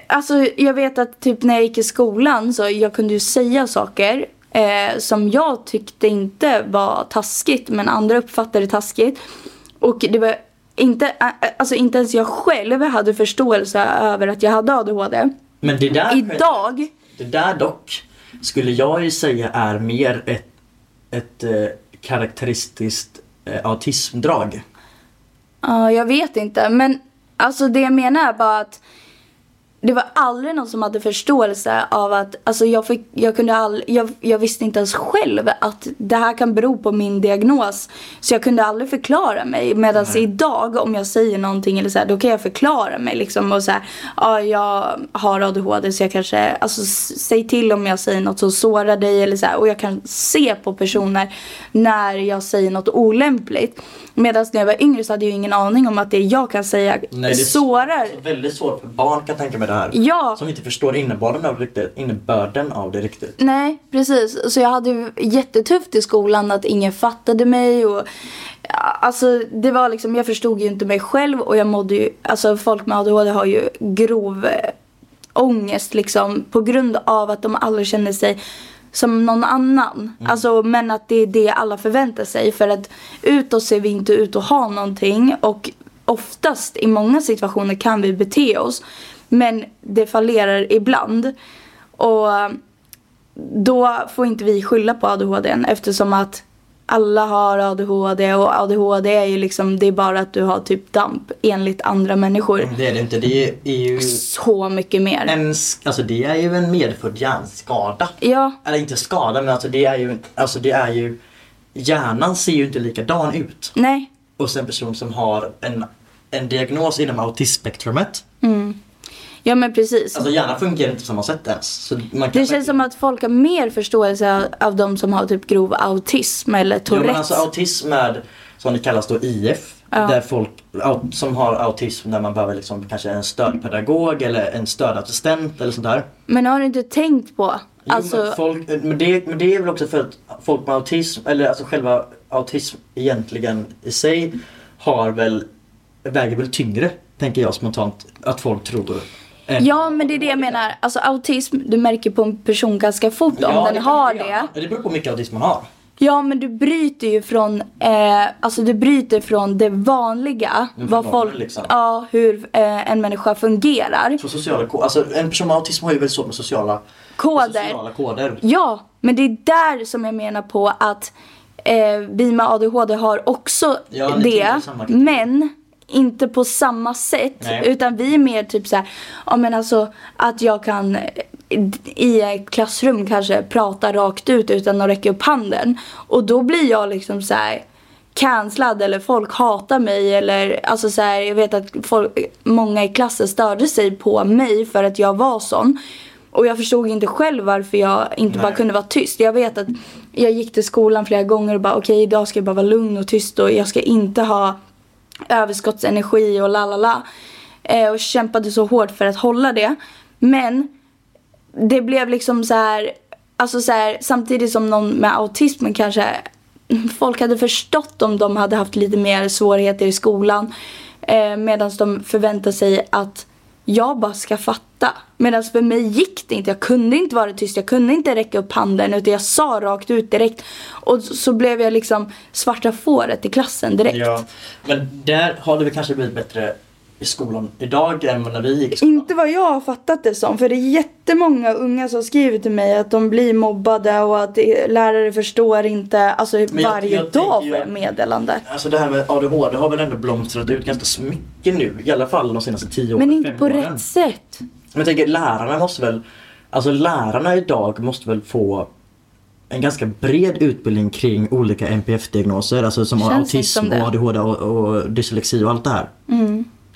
Speaker 1: Alltså jag vet att typ när jag gick i skolan så jag kunde ju säga saker eh, som jag tyckte inte var taskigt men andra uppfattade taskigt. Och det var inte, ä- ä- alltså inte ens jag själv hade förståelse över att jag hade ADHD.
Speaker 2: Men det där
Speaker 1: Idag,
Speaker 2: Det där dock skulle jag ju säga är mer ett, ett eh, karaktäristiskt eh, autismdrag.
Speaker 1: ja jag vet inte men alltså det jag menar är bara att det var aldrig någon som hade förståelse av att, alltså jag, fick, jag, kunde all, jag, jag visste inte ens själv att det här kan bero på min diagnos. Så jag kunde aldrig förklara mig. Medan idag om jag säger någonting eller så här, då kan jag förklara mig liksom och så här, ja jag har ADHD så jag kanske, alltså s- säg till om jag säger något som sårar dig eller så här. Och jag kan se på personer när jag säger något olämpligt. Medan när jag var yngre så hade jag ju ingen aning om att det jag kan säga
Speaker 2: Nej, det är-
Speaker 1: sårar.
Speaker 2: Så väldigt svårt för barn kan jag tänka mig det här.
Speaker 1: Ja.
Speaker 2: Som inte förstår innebörden av, riktigt, innebörden av det riktigt.
Speaker 1: Nej, precis. Så jag hade ju jättetufft i skolan att ingen fattade mig och ja, alltså det var liksom, jag förstod ju inte mig själv och jag mådde ju, alltså folk med ADHD har ju grov eh, ångest liksom på grund av att de aldrig känner sig som någon annan. Alltså men att det är det alla förväntar sig för att utåt ser vi inte ut att ha någonting och oftast i många situationer kan vi bete oss men det fallerar ibland. Och då får inte vi skylla på ADHD n eftersom att alla har ADHD och ADHD är ju liksom, det är bara att du har typ damp enligt andra människor.
Speaker 2: Det är det inte. Det är ju
Speaker 1: Så mycket mer.
Speaker 2: en, sk- alltså det är ju en medfödd hjärnskada.
Speaker 1: Ja,
Speaker 2: Eller inte skada men alltså det är ju, alltså det är ju Hjärnan ser ju inte likadan ut.
Speaker 1: nej.
Speaker 2: Och sen person som har en, en diagnos inom autismspektrumet.
Speaker 1: Ja men precis.
Speaker 2: Alltså hjärnan fungerar inte på samma sätt ens. Så man kan
Speaker 1: Det känns som att folk har mer förståelse av, av de som har typ grov autism eller
Speaker 2: Jo, men
Speaker 1: Tourettes.
Speaker 2: alltså autism är, som det kallas då, IF.
Speaker 1: Ja.
Speaker 2: Där folk au- som har autism när man behöver liksom kanske en stödpedagog eller en stödassistent eller sådär.
Speaker 1: Men har du inte tänkt på?
Speaker 2: Jo,
Speaker 1: alltså,
Speaker 2: men, folk, eh, men, det, men det är väl också för att folk med autism, eller alltså själva autism egentligen i sig har väl, väger väl tyngre, tänker jag spontant, att folk tror. än-
Speaker 1: ja men det är det jag menar. Alltså autism, du märker på en person ganska fort om
Speaker 2: Ja,
Speaker 1: den
Speaker 2: det kan
Speaker 1: har
Speaker 2: mycket
Speaker 1: det.
Speaker 2: grann. Det beror på hur mycket autism man har.
Speaker 1: Ja men du bryter ju från, eh, alltså du bryter från det vanliga.
Speaker 2: Mm,
Speaker 1: vad
Speaker 2: normen,
Speaker 1: folk,
Speaker 2: liksom.
Speaker 1: ja hur eh, en människa fungerar.
Speaker 2: För sociala, ko- alltså en person med autism har ju väldigt svårt med sociala
Speaker 1: Koder.
Speaker 2: Sociala koder.
Speaker 1: Ja, men det är där som jag menar på att eh, vi med ADHD har också
Speaker 2: Ja, ni tänker
Speaker 1: det.
Speaker 2: samma kategori.
Speaker 1: Men inte på samma sätt.
Speaker 2: Nej.
Speaker 1: Utan vi är mer typ så här, ja men alltså att jag kan eh, i ett klassrum kanske prata rakt ut utan att räcka upp handen. Och då blir jag liksom så här cancellad eller folk hatar mig eller alltså så här, jag vet att folk, många i klassen störde sig på mig för att jag var sån. Och jag förstod inte själv varför jag inte bara
Speaker 2: Nej.
Speaker 1: kunde vara tyst. Jag vet att jag gick till skolan flera gånger och bara okej idag ska jag bara vara lugn och tyst och jag ska inte ha överskottsenergi och la la la. Eh, Och kämpade så hårt för att hålla det. Men det blev liksom så här, alltså så här, samtidigt som någon med autismen kanske folk hade förstått om de hade haft lite mer svårigheter i skolan. Eh, Medan de förväntar sig att jag bara ska fatta. Medan för mig gick det inte. Jag kunde inte vara tyst. Jag kunde inte räcka upp handen. Utan jag sa rakt ut direkt. Och så blev jag liksom svarta fåret i klassen direkt.
Speaker 2: Ja, men där har det väl kanske blivit bättre i skolan idag än när vi gick i skolan.
Speaker 1: Inte vad jag har fattat det som. För det är jättemånga unga som skriver till mig att de blir mobbade och att det- lärare förstår inte. Alltså
Speaker 2: jag-
Speaker 1: varje
Speaker 2: jag
Speaker 1: dag
Speaker 2: tänker
Speaker 1: får
Speaker 2: ju-
Speaker 1: jag meddelande.
Speaker 2: Alltså det här med ADHD har väl ändå blomstrat ut ganska mycket nu. I alla fall de senaste tio åren.
Speaker 1: Men inte
Speaker 2: fem
Speaker 1: på
Speaker 2: åren.
Speaker 1: rätt sätt.
Speaker 2: Men jag tänker lärarna måste väl, alltså lärarna idag måste väl få en ganska bred utbildning kring olika NPF-diagnoser, alltså som
Speaker 1: Känns inte
Speaker 2: autism
Speaker 1: som det.
Speaker 2: och ADHD och, och dyslexi och allt det här.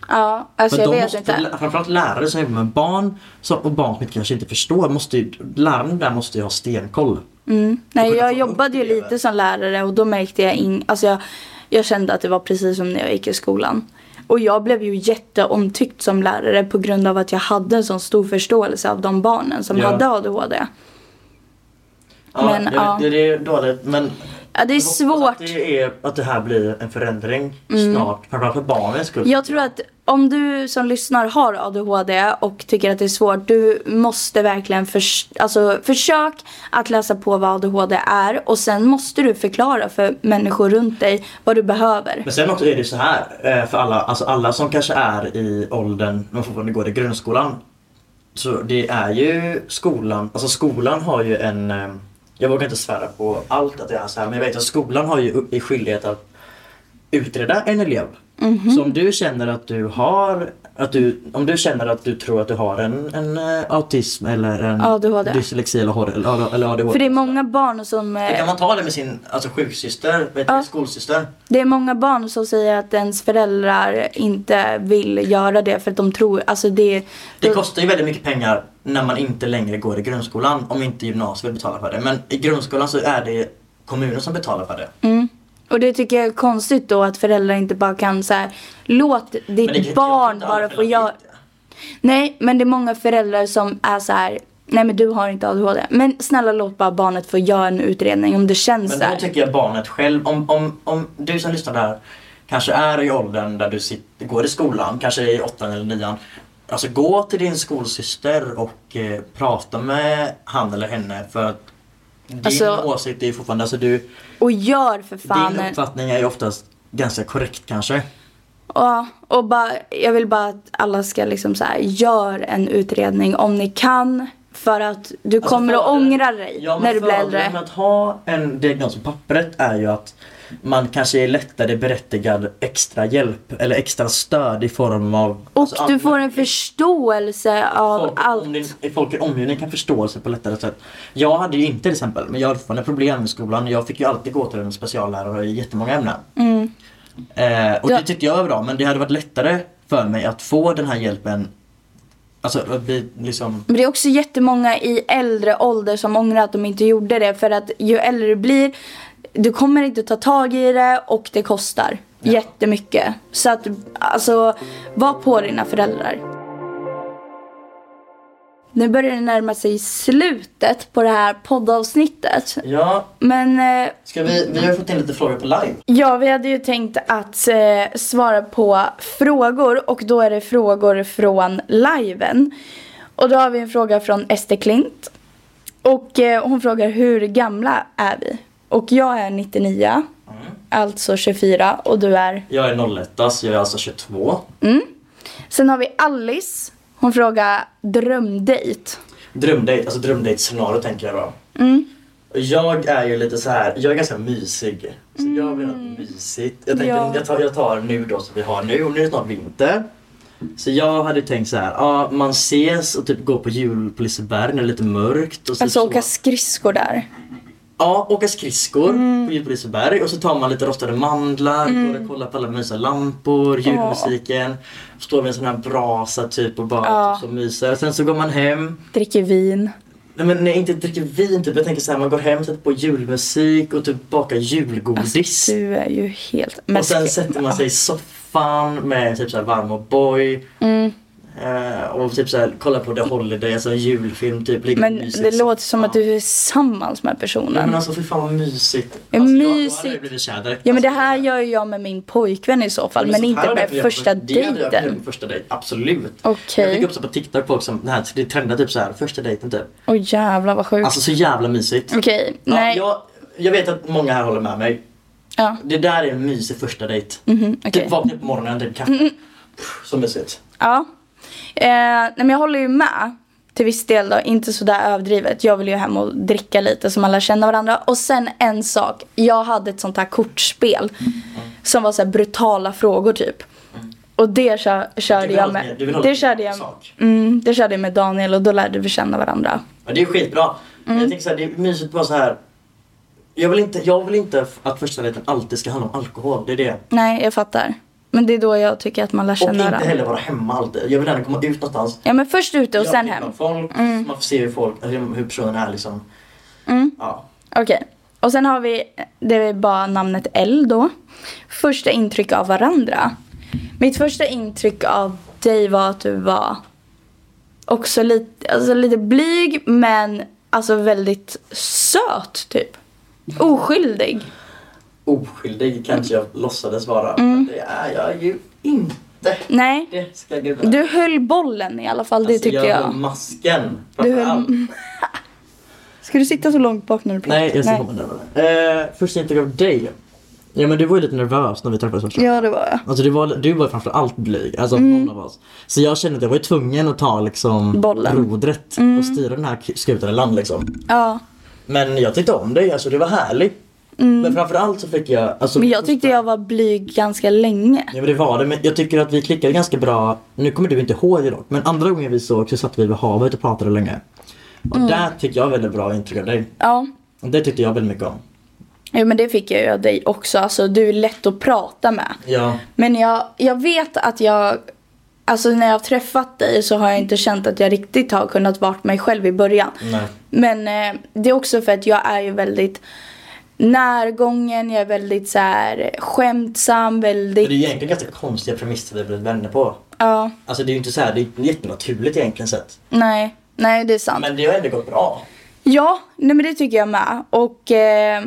Speaker 1: Ja, alltså
Speaker 2: Men
Speaker 1: jag
Speaker 2: de
Speaker 1: vet
Speaker 2: måste,
Speaker 1: inte.
Speaker 2: lä- Framförallt lärare som jobbar med barn som, och barn som inte kanske inte förstår, måste ju, lärarna där måste ju ha stenkoll.
Speaker 1: Mm. Nej,
Speaker 2: kunna
Speaker 1: jag
Speaker 2: få
Speaker 1: jobbade ju
Speaker 2: uppleva-
Speaker 1: lite som lärare och då märkte jag in... Alltså jag, jag kände att det var precis som när jag gick i skolan. Och jag blev ju jätteomtyckt som lärare på grund av att jag hade en sån stor förståelse av de barnen som
Speaker 2: Ja.
Speaker 1: hade ADHD.
Speaker 2: Ja,
Speaker 1: Men,
Speaker 2: det,
Speaker 1: ja.
Speaker 2: det, det är dåligt men
Speaker 1: Ja, det är
Speaker 2: jag hoppas
Speaker 1: svårt. Mm.
Speaker 2: Att det, är, att det här blir en förändring snart, framförallt för barnens skull.
Speaker 1: Jag tror att om du som lyssnar har ADHD och tycker att det är svårt, du måste verkligen förs- alltså, försök att läsa på vad ADHD är och sen måste du förklara för människor runt dig vad du behöver.
Speaker 2: Men sen också är det så här eh, för alla, alltså alla som kanske är i åldern när man fortfarande går i grundskolan. Så det är ju skolan, alltså skolan har ju en, eh, jag vågar inte svära på allt att det är så här men jag vet att skolan har ju u- i skyldighet att utreda en elev.
Speaker 1: Mhm.
Speaker 2: Så om du känner att du har, att du, om du känner att du tror att du har en, en eh, autism eller en
Speaker 1: ADHD.
Speaker 2: dyslexi eller, hår- eller, eller ADHD.
Speaker 1: För det är många barn som...
Speaker 2: Då kan
Speaker 1: eh,
Speaker 2: man ta det med sin alltså, sjuksyster, vet du,
Speaker 1: Ja.
Speaker 2: skolsyster.
Speaker 1: Det är många barn som säger att ens föräldrar inte vill göra det för att de tror... Alltså det...
Speaker 2: Det kostar ju väldigt mycket pengar när man inte längre går i grundskolan om inte gymnasiet vill betala för det. Men i grundskolan så är det kommunen som betalar för det.
Speaker 1: Mm. Och det tycker jag är konstigt då att föräldrar inte bara kan så här... Låt
Speaker 2: Men det kan
Speaker 1: ditt
Speaker 2: inte
Speaker 1: barn
Speaker 2: jag tycka
Speaker 1: bara
Speaker 2: att
Speaker 1: få
Speaker 2: alla
Speaker 1: göra...
Speaker 2: föräldrar tycker.
Speaker 1: Nej, men det är många föräldrar som är så här. Nej men du har inte ADHD. Men snälla låt bara barnet få göra en utredning om det känns så
Speaker 2: Men då
Speaker 1: här.
Speaker 2: tycker jag barnet själv, om, om, om du som lyssnar där kanske är i åldern där du sitter, går i skolan, kanske i åttan eller nian. Alltså gå till din skolsyster och eh, prata med han eller henne för att din
Speaker 1: Alltså-
Speaker 2: åsikt är ju fortfarande, alltså du,
Speaker 1: Och gör för fan. eh.
Speaker 2: din
Speaker 1: en-
Speaker 2: uppfattning är ju oftast ganska korrekt kanske.
Speaker 1: Ja, och bara, jag vill bara att alla ska liksom så här, gör en utredning om ni kan. För att du
Speaker 2: Alltså,
Speaker 1: kommer att
Speaker 2: fördelen-
Speaker 1: ångra dig
Speaker 2: Ja, men
Speaker 1: när du blir
Speaker 2: fördelen
Speaker 1: äldre.
Speaker 2: med att ha en diagnos på pappret är ju att man kanske är lättare berättigad extra hjälp eller extra stöd i form av...
Speaker 1: Och
Speaker 2: alltså,
Speaker 1: du
Speaker 2: allt-
Speaker 1: får en förståelse av
Speaker 2: folk,
Speaker 1: allt.
Speaker 2: Om din, folk i omgivningen kan förstå sig på lättare sätt. Jag hade ju inte till exempel, men jag hade fortfarande problem i skolan. Jag fick ju alltid gå till en speciallärare i jättemånga ämnen. Eh, och
Speaker 1: Mm. Ja.
Speaker 2: det tyckte jag var bra, men det hade varit lättare för mig att få den här hjälpen. Alltså att bli liksom...
Speaker 1: Men det är också jättemånga i äldre ålder som ångrar att de inte gjorde det. För att ju äldre du blir, du kommer inte ta tag i det och det kostar jättemycket. Så att, alltså, var på dina föräldrar. Nu börjar det närma sig slutet på det här poddavsnittet.
Speaker 2: Ja,
Speaker 1: Men eh,
Speaker 2: Ska vi, vi har fått in lite frågor på live.
Speaker 1: Ja, vi hade ju tänkt att eh, svara på frågor och då är det frågor från liven. Och då har vi en fråga från Ester Klint. Och eh, hon frågar hur gamla är vi? Och jag är 99,
Speaker 2: Mm.
Speaker 1: alltså 24 och du är...
Speaker 2: Jag är 01 så jag är alltså 22.
Speaker 1: Sen har vi Alice. Hon frågar
Speaker 2: Typ
Speaker 1: drömdejt.
Speaker 2: Drömdejt, alltså drömdejtscennario tänker jag då.
Speaker 1: Mm.
Speaker 2: Och Jag är ju lite så här, jag är ganska mysig. Så jag vill ha något mysigt. Jag, tänkte,
Speaker 1: Mm. Ja.
Speaker 2: jag, tar, jag tar nu då som vi har nu och nu är det snart vinter. Så jag hade tänkt så här, ja man ses och typ går på jul på Liseberg när det är lite mörkt. Och så
Speaker 1: Alltså
Speaker 2: så-
Speaker 1: åka skridskor där.
Speaker 2: Ja, åka skridskor
Speaker 1: Mm.
Speaker 2: på jul på Liseberg och så tar man lite rostade mandlar, går och kollar på alla mysiga lampor, ljudmusiken. Står vid en sån här brasa typ och bara
Speaker 1: Ja.
Speaker 2: typ, så myser. Sen så går man hem.
Speaker 1: Dricker vin.
Speaker 2: Nej men nej, inte dricker vin typ. Jag tänker så här, man går hem, sätter på julmusik och typ bakar julgodis.
Speaker 1: Du är ju helt... Men
Speaker 2: och sen
Speaker 1: ska-
Speaker 2: sätter man sig i soffan med typ så här varm och boy.
Speaker 1: Mm.
Speaker 2: Eh, och typ så här, kollar på The Holiday, alltså en julfilm typ. ligger
Speaker 1: Men
Speaker 2: mysigt i
Speaker 1: det låter som
Speaker 2: soffan.
Speaker 1: att du är tillsammans med personen.
Speaker 2: Nej, men alltså fy fan vad mysigt.
Speaker 1: Ja,
Speaker 2: alltså, jag-
Speaker 1: mysigt.
Speaker 2: Då hade jag blivit kär direkt.
Speaker 1: Ja men det
Speaker 2: Alltså,
Speaker 1: här gör ju jag med min pojkvän i så fall. Men,
Speaker 2: så här
Speaker 1: inte
Speaker 2: hade
Speaker 1: med
Speaker 2: jag gjort
Speaker 1: första
Speaker 2: på- Det hade jag kunnat göra
Speaker 1: dejten.
Speaker 2: på första dejt, absolut. Jag
Speaker 1: Okej.
Speaker 2: fick upp så på TikTok på också, det här, det trendar typ så här, första dejten typ.
Speaker 1: Åh jävlar vad sjukt.
Speaker 2: Alltså så jävla mysigt.
Speaker 1: Okej, Mm. nej. Ja,
Speaker 2: Ja, jag, jag vet att många här håller med mig.
Speaker 1: ja.
Speaker 2: Det där är en mysig första dejt.
Speaker 1: mhm, okej.
Speaker 2: Typ vakna upp på morgonen, drick kaffe. Så mysigt.
Speaker 1: Ja. Eh, nej men jag håller ju med. Till viss del då, inte sådär överdrivet. Jag vill ju hem och dricka lite som alla känner varandra. Och sen en sak. Jag hade ett sånt här kortspel. Som var så här brutala frågor typ. Och det kö- körde
Speaker 2: vill
Speaker 1: jag
Speaker 2: allt
Speaker 1: med.
Speaker 2: mer- du vill allt
Speaker 1: det
Speaker 2: mer
Speaker 1: körde jag
Speaker 2: sak.
Speaker 1: Mm, det körde jag med Daniel och då lärde vi känna varandra.
Speaker 2: Men det är ju skitbra.
Speaker 1: Mm.
Speaker 2: Jag tänker så här, det är mysigt bara så här. Jag vill inte, jag vill inte f- att första dejten alltid ska handla om alkohol. Det är det.
Speaker 1: Nej, jag fattar. Men det är då jag tycker att man lär
Speaker 2: Och
Speaker 1: känna
Speaker 2: inte
Speaker 1: varandra.
Speaker 2: heller vara hemma alltid. Jag vill gärna komma ut någonstans.
Speaker 1: Ja men först ute och
Speaker 2: Jag
Speaker 1: sen
Speaker 2: träffar
Speaker 1: hem. Mm.
Speaker 2: Folk, Man får se hur, folk, hur hur personen är liksom. Ja.
Speaker 1: Okej. Och sen har vi, det är bara namnet L då. Första intryck av varandra. Mitt första intryck av dig var att du var också lite, alltså lite blyg men alltså väldigt söt typ. Oskyldig.
Speaker 2: Oskyldig kanske jag låtsades vara.
Speaker 1: Mm.
Speaker 2: Men det är jag ju inte.
Speaker 1: Nej,
Speaker 2: Det ska gudarna
Speaker 1: du höll bollen i alla fall, det
Speaker 2: Alltså,
Speaker 1: tycker
Speaker 2: jag. höll
Speaker 1: jag.
Speaker 2: masken
Speaker 1: Du höll-
Speaker 2: framförallt.
Speaker 1: Ska du sitta så långt bak när du pratar?
Speaker 2: Nej, jag ska komma närmare. Eh, första intryck av dig. Ja men du var ju lite nervös när vi träffades första
Speaker 1: Ja, Mm. det var jag.
Speaker 2: Alltså du var, du var framförallt blyg, alltså någon av oss. Så jag kände att jag var ju tvungen att ta liksom
Speaker 1: Bollen. Mm.
Speaker 2: rodret och styra den här k- skutan i land liksom.
Speaker 1: Ja.
Speaker 2: Men jag tyckte om dig, alltså du var härlig. Men framförallt så fick jag, alltså,
Speaker 1: Mm. Men jag tyckte jag var blyg ganska länge.
Speaker 2: Ja men det var det, men jag tycker att vi klickade ganska bra. Nu kommer du inte ihåg det dock, men andra gången vi såg så satt vi vid havet och pratade länge. Och
Speaker 1: Mm.
Speaker 2: där fick jag väldigt bra intryck av dig.
Speaker 1: Ja.
Speaker 2: Och Det tyckte jag väldigt mycket om.
Speaker 1: Jo men det fick jag ju av dig också. Alltså du är lätt att prata med.
Speaker 2: Ja.
Speaker 1: Men jag, jag vet att jag, alltså när jag har träffat dig så har jag inte känt att jag riktigt har kunnat vara mig själv i början.
Speaker 2: Nej.
Speaker 1: Men eh, det är också för att jag är ju väldigt närgången, jag är väldigt så här skämtsam,
Speaker 2: Det är ju
Speaker 1: väldigt,
Speaker 2: egentligen ganska konstiga premisser vi har blivit vänner på.
Speaker 1: ja,
Speaker 2: Alltså det är ju inte så här, det är jättenaturligt egentligen sett.
Speaker 1: nej, nej det är sant.
Speaker 2: Men det har ändå gått bra.
Speaker 1: Ja, nej men det tycker jag med. Och eh,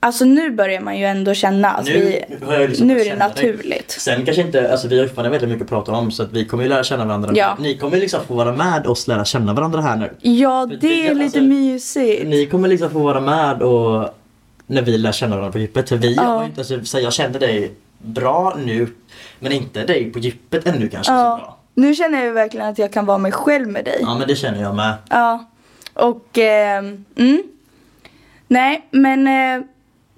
Speaker 1: alltså nu börjar man ju ändå känna att Alltså, vi,
Speaker 2: har jag liksom
Speaker 1: nu
Speaker 2: lärt
Speaker 1: är det
Speaker 2: känna dig.
Speaker 1: naturligt.
Speaker 2: Sen kanske inte, alltså vi har ju fortfarande väldigt mycket att prata om så att vi kommer ju lära känna varandra.
Speaker 1: Ja.
Speaker 2: Ni kommer ju liksom få vara med oss lära känna varandra här nu.
Speaker 1: Ja,
Speaker 2: det-
Speaker 1: det är
Speaker 2: alltså-
Speaker 1: lite mysigt.
Speaker 2: Ni kommer liksom få vara med och när vi lär känna varandra på djupet. För vi
Speaker 1: Ja.
Speaker 2: har ju inte, alltså, så jag känner dig bra nu men inte dig på djupet ännu kanske så
Speaker 1: Ja.
Speaker 2: bra.
Speaker 1: Nu känner jag ju verkligen att jag kan vara mig själv med dig. Ja.
Speaker 2: Ja men det känner jag med.
Speaker 1: Och, ehm, mm. Nej, men eh,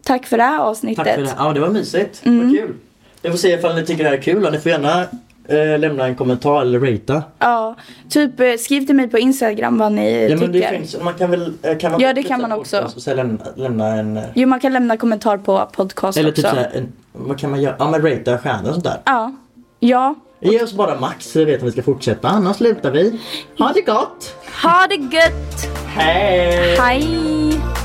Speaker 1: tack för det här avsnittet.
Speaker 2: Tack för det. här. Ja det var mysigt.
Speaker 1: Mm.
Speaker 2: Vad kul. Vi får se ifall ni tycker det här är kul och ni får gärna eh, lämna en kommentar eller ratea.
Speaker 1: Ja, typ eh, skriv till mig på Instagram vad ni
Speaker 2: Ja, men det
Speaker 1: tycker.
Speaker 2: finns, man kan väl, eh, kan man
Speaker 1: Ja, det kan man
Speaker 2: podcast
Speaker 1: också.
Speaker 2: Och sen lämna, lämna en... eh,
Speaker 1: Jo, man kan lämna kommentar på podcast
Speaker 2: Eller
Speaker 1: också.
Speaker 2: typ såhär, en, vad kan man göra? Ja men ratea stjärnor och sånt där.
Speaker 1: Ja. Ja.
Speaker 2: Ge oss bara max så vi vet om vi ska fortsätta annars slutar vi. Ha det gott!
Speaker 1: Ha det gött!
Speaker 2: Hej!
Speaker 1: Hej!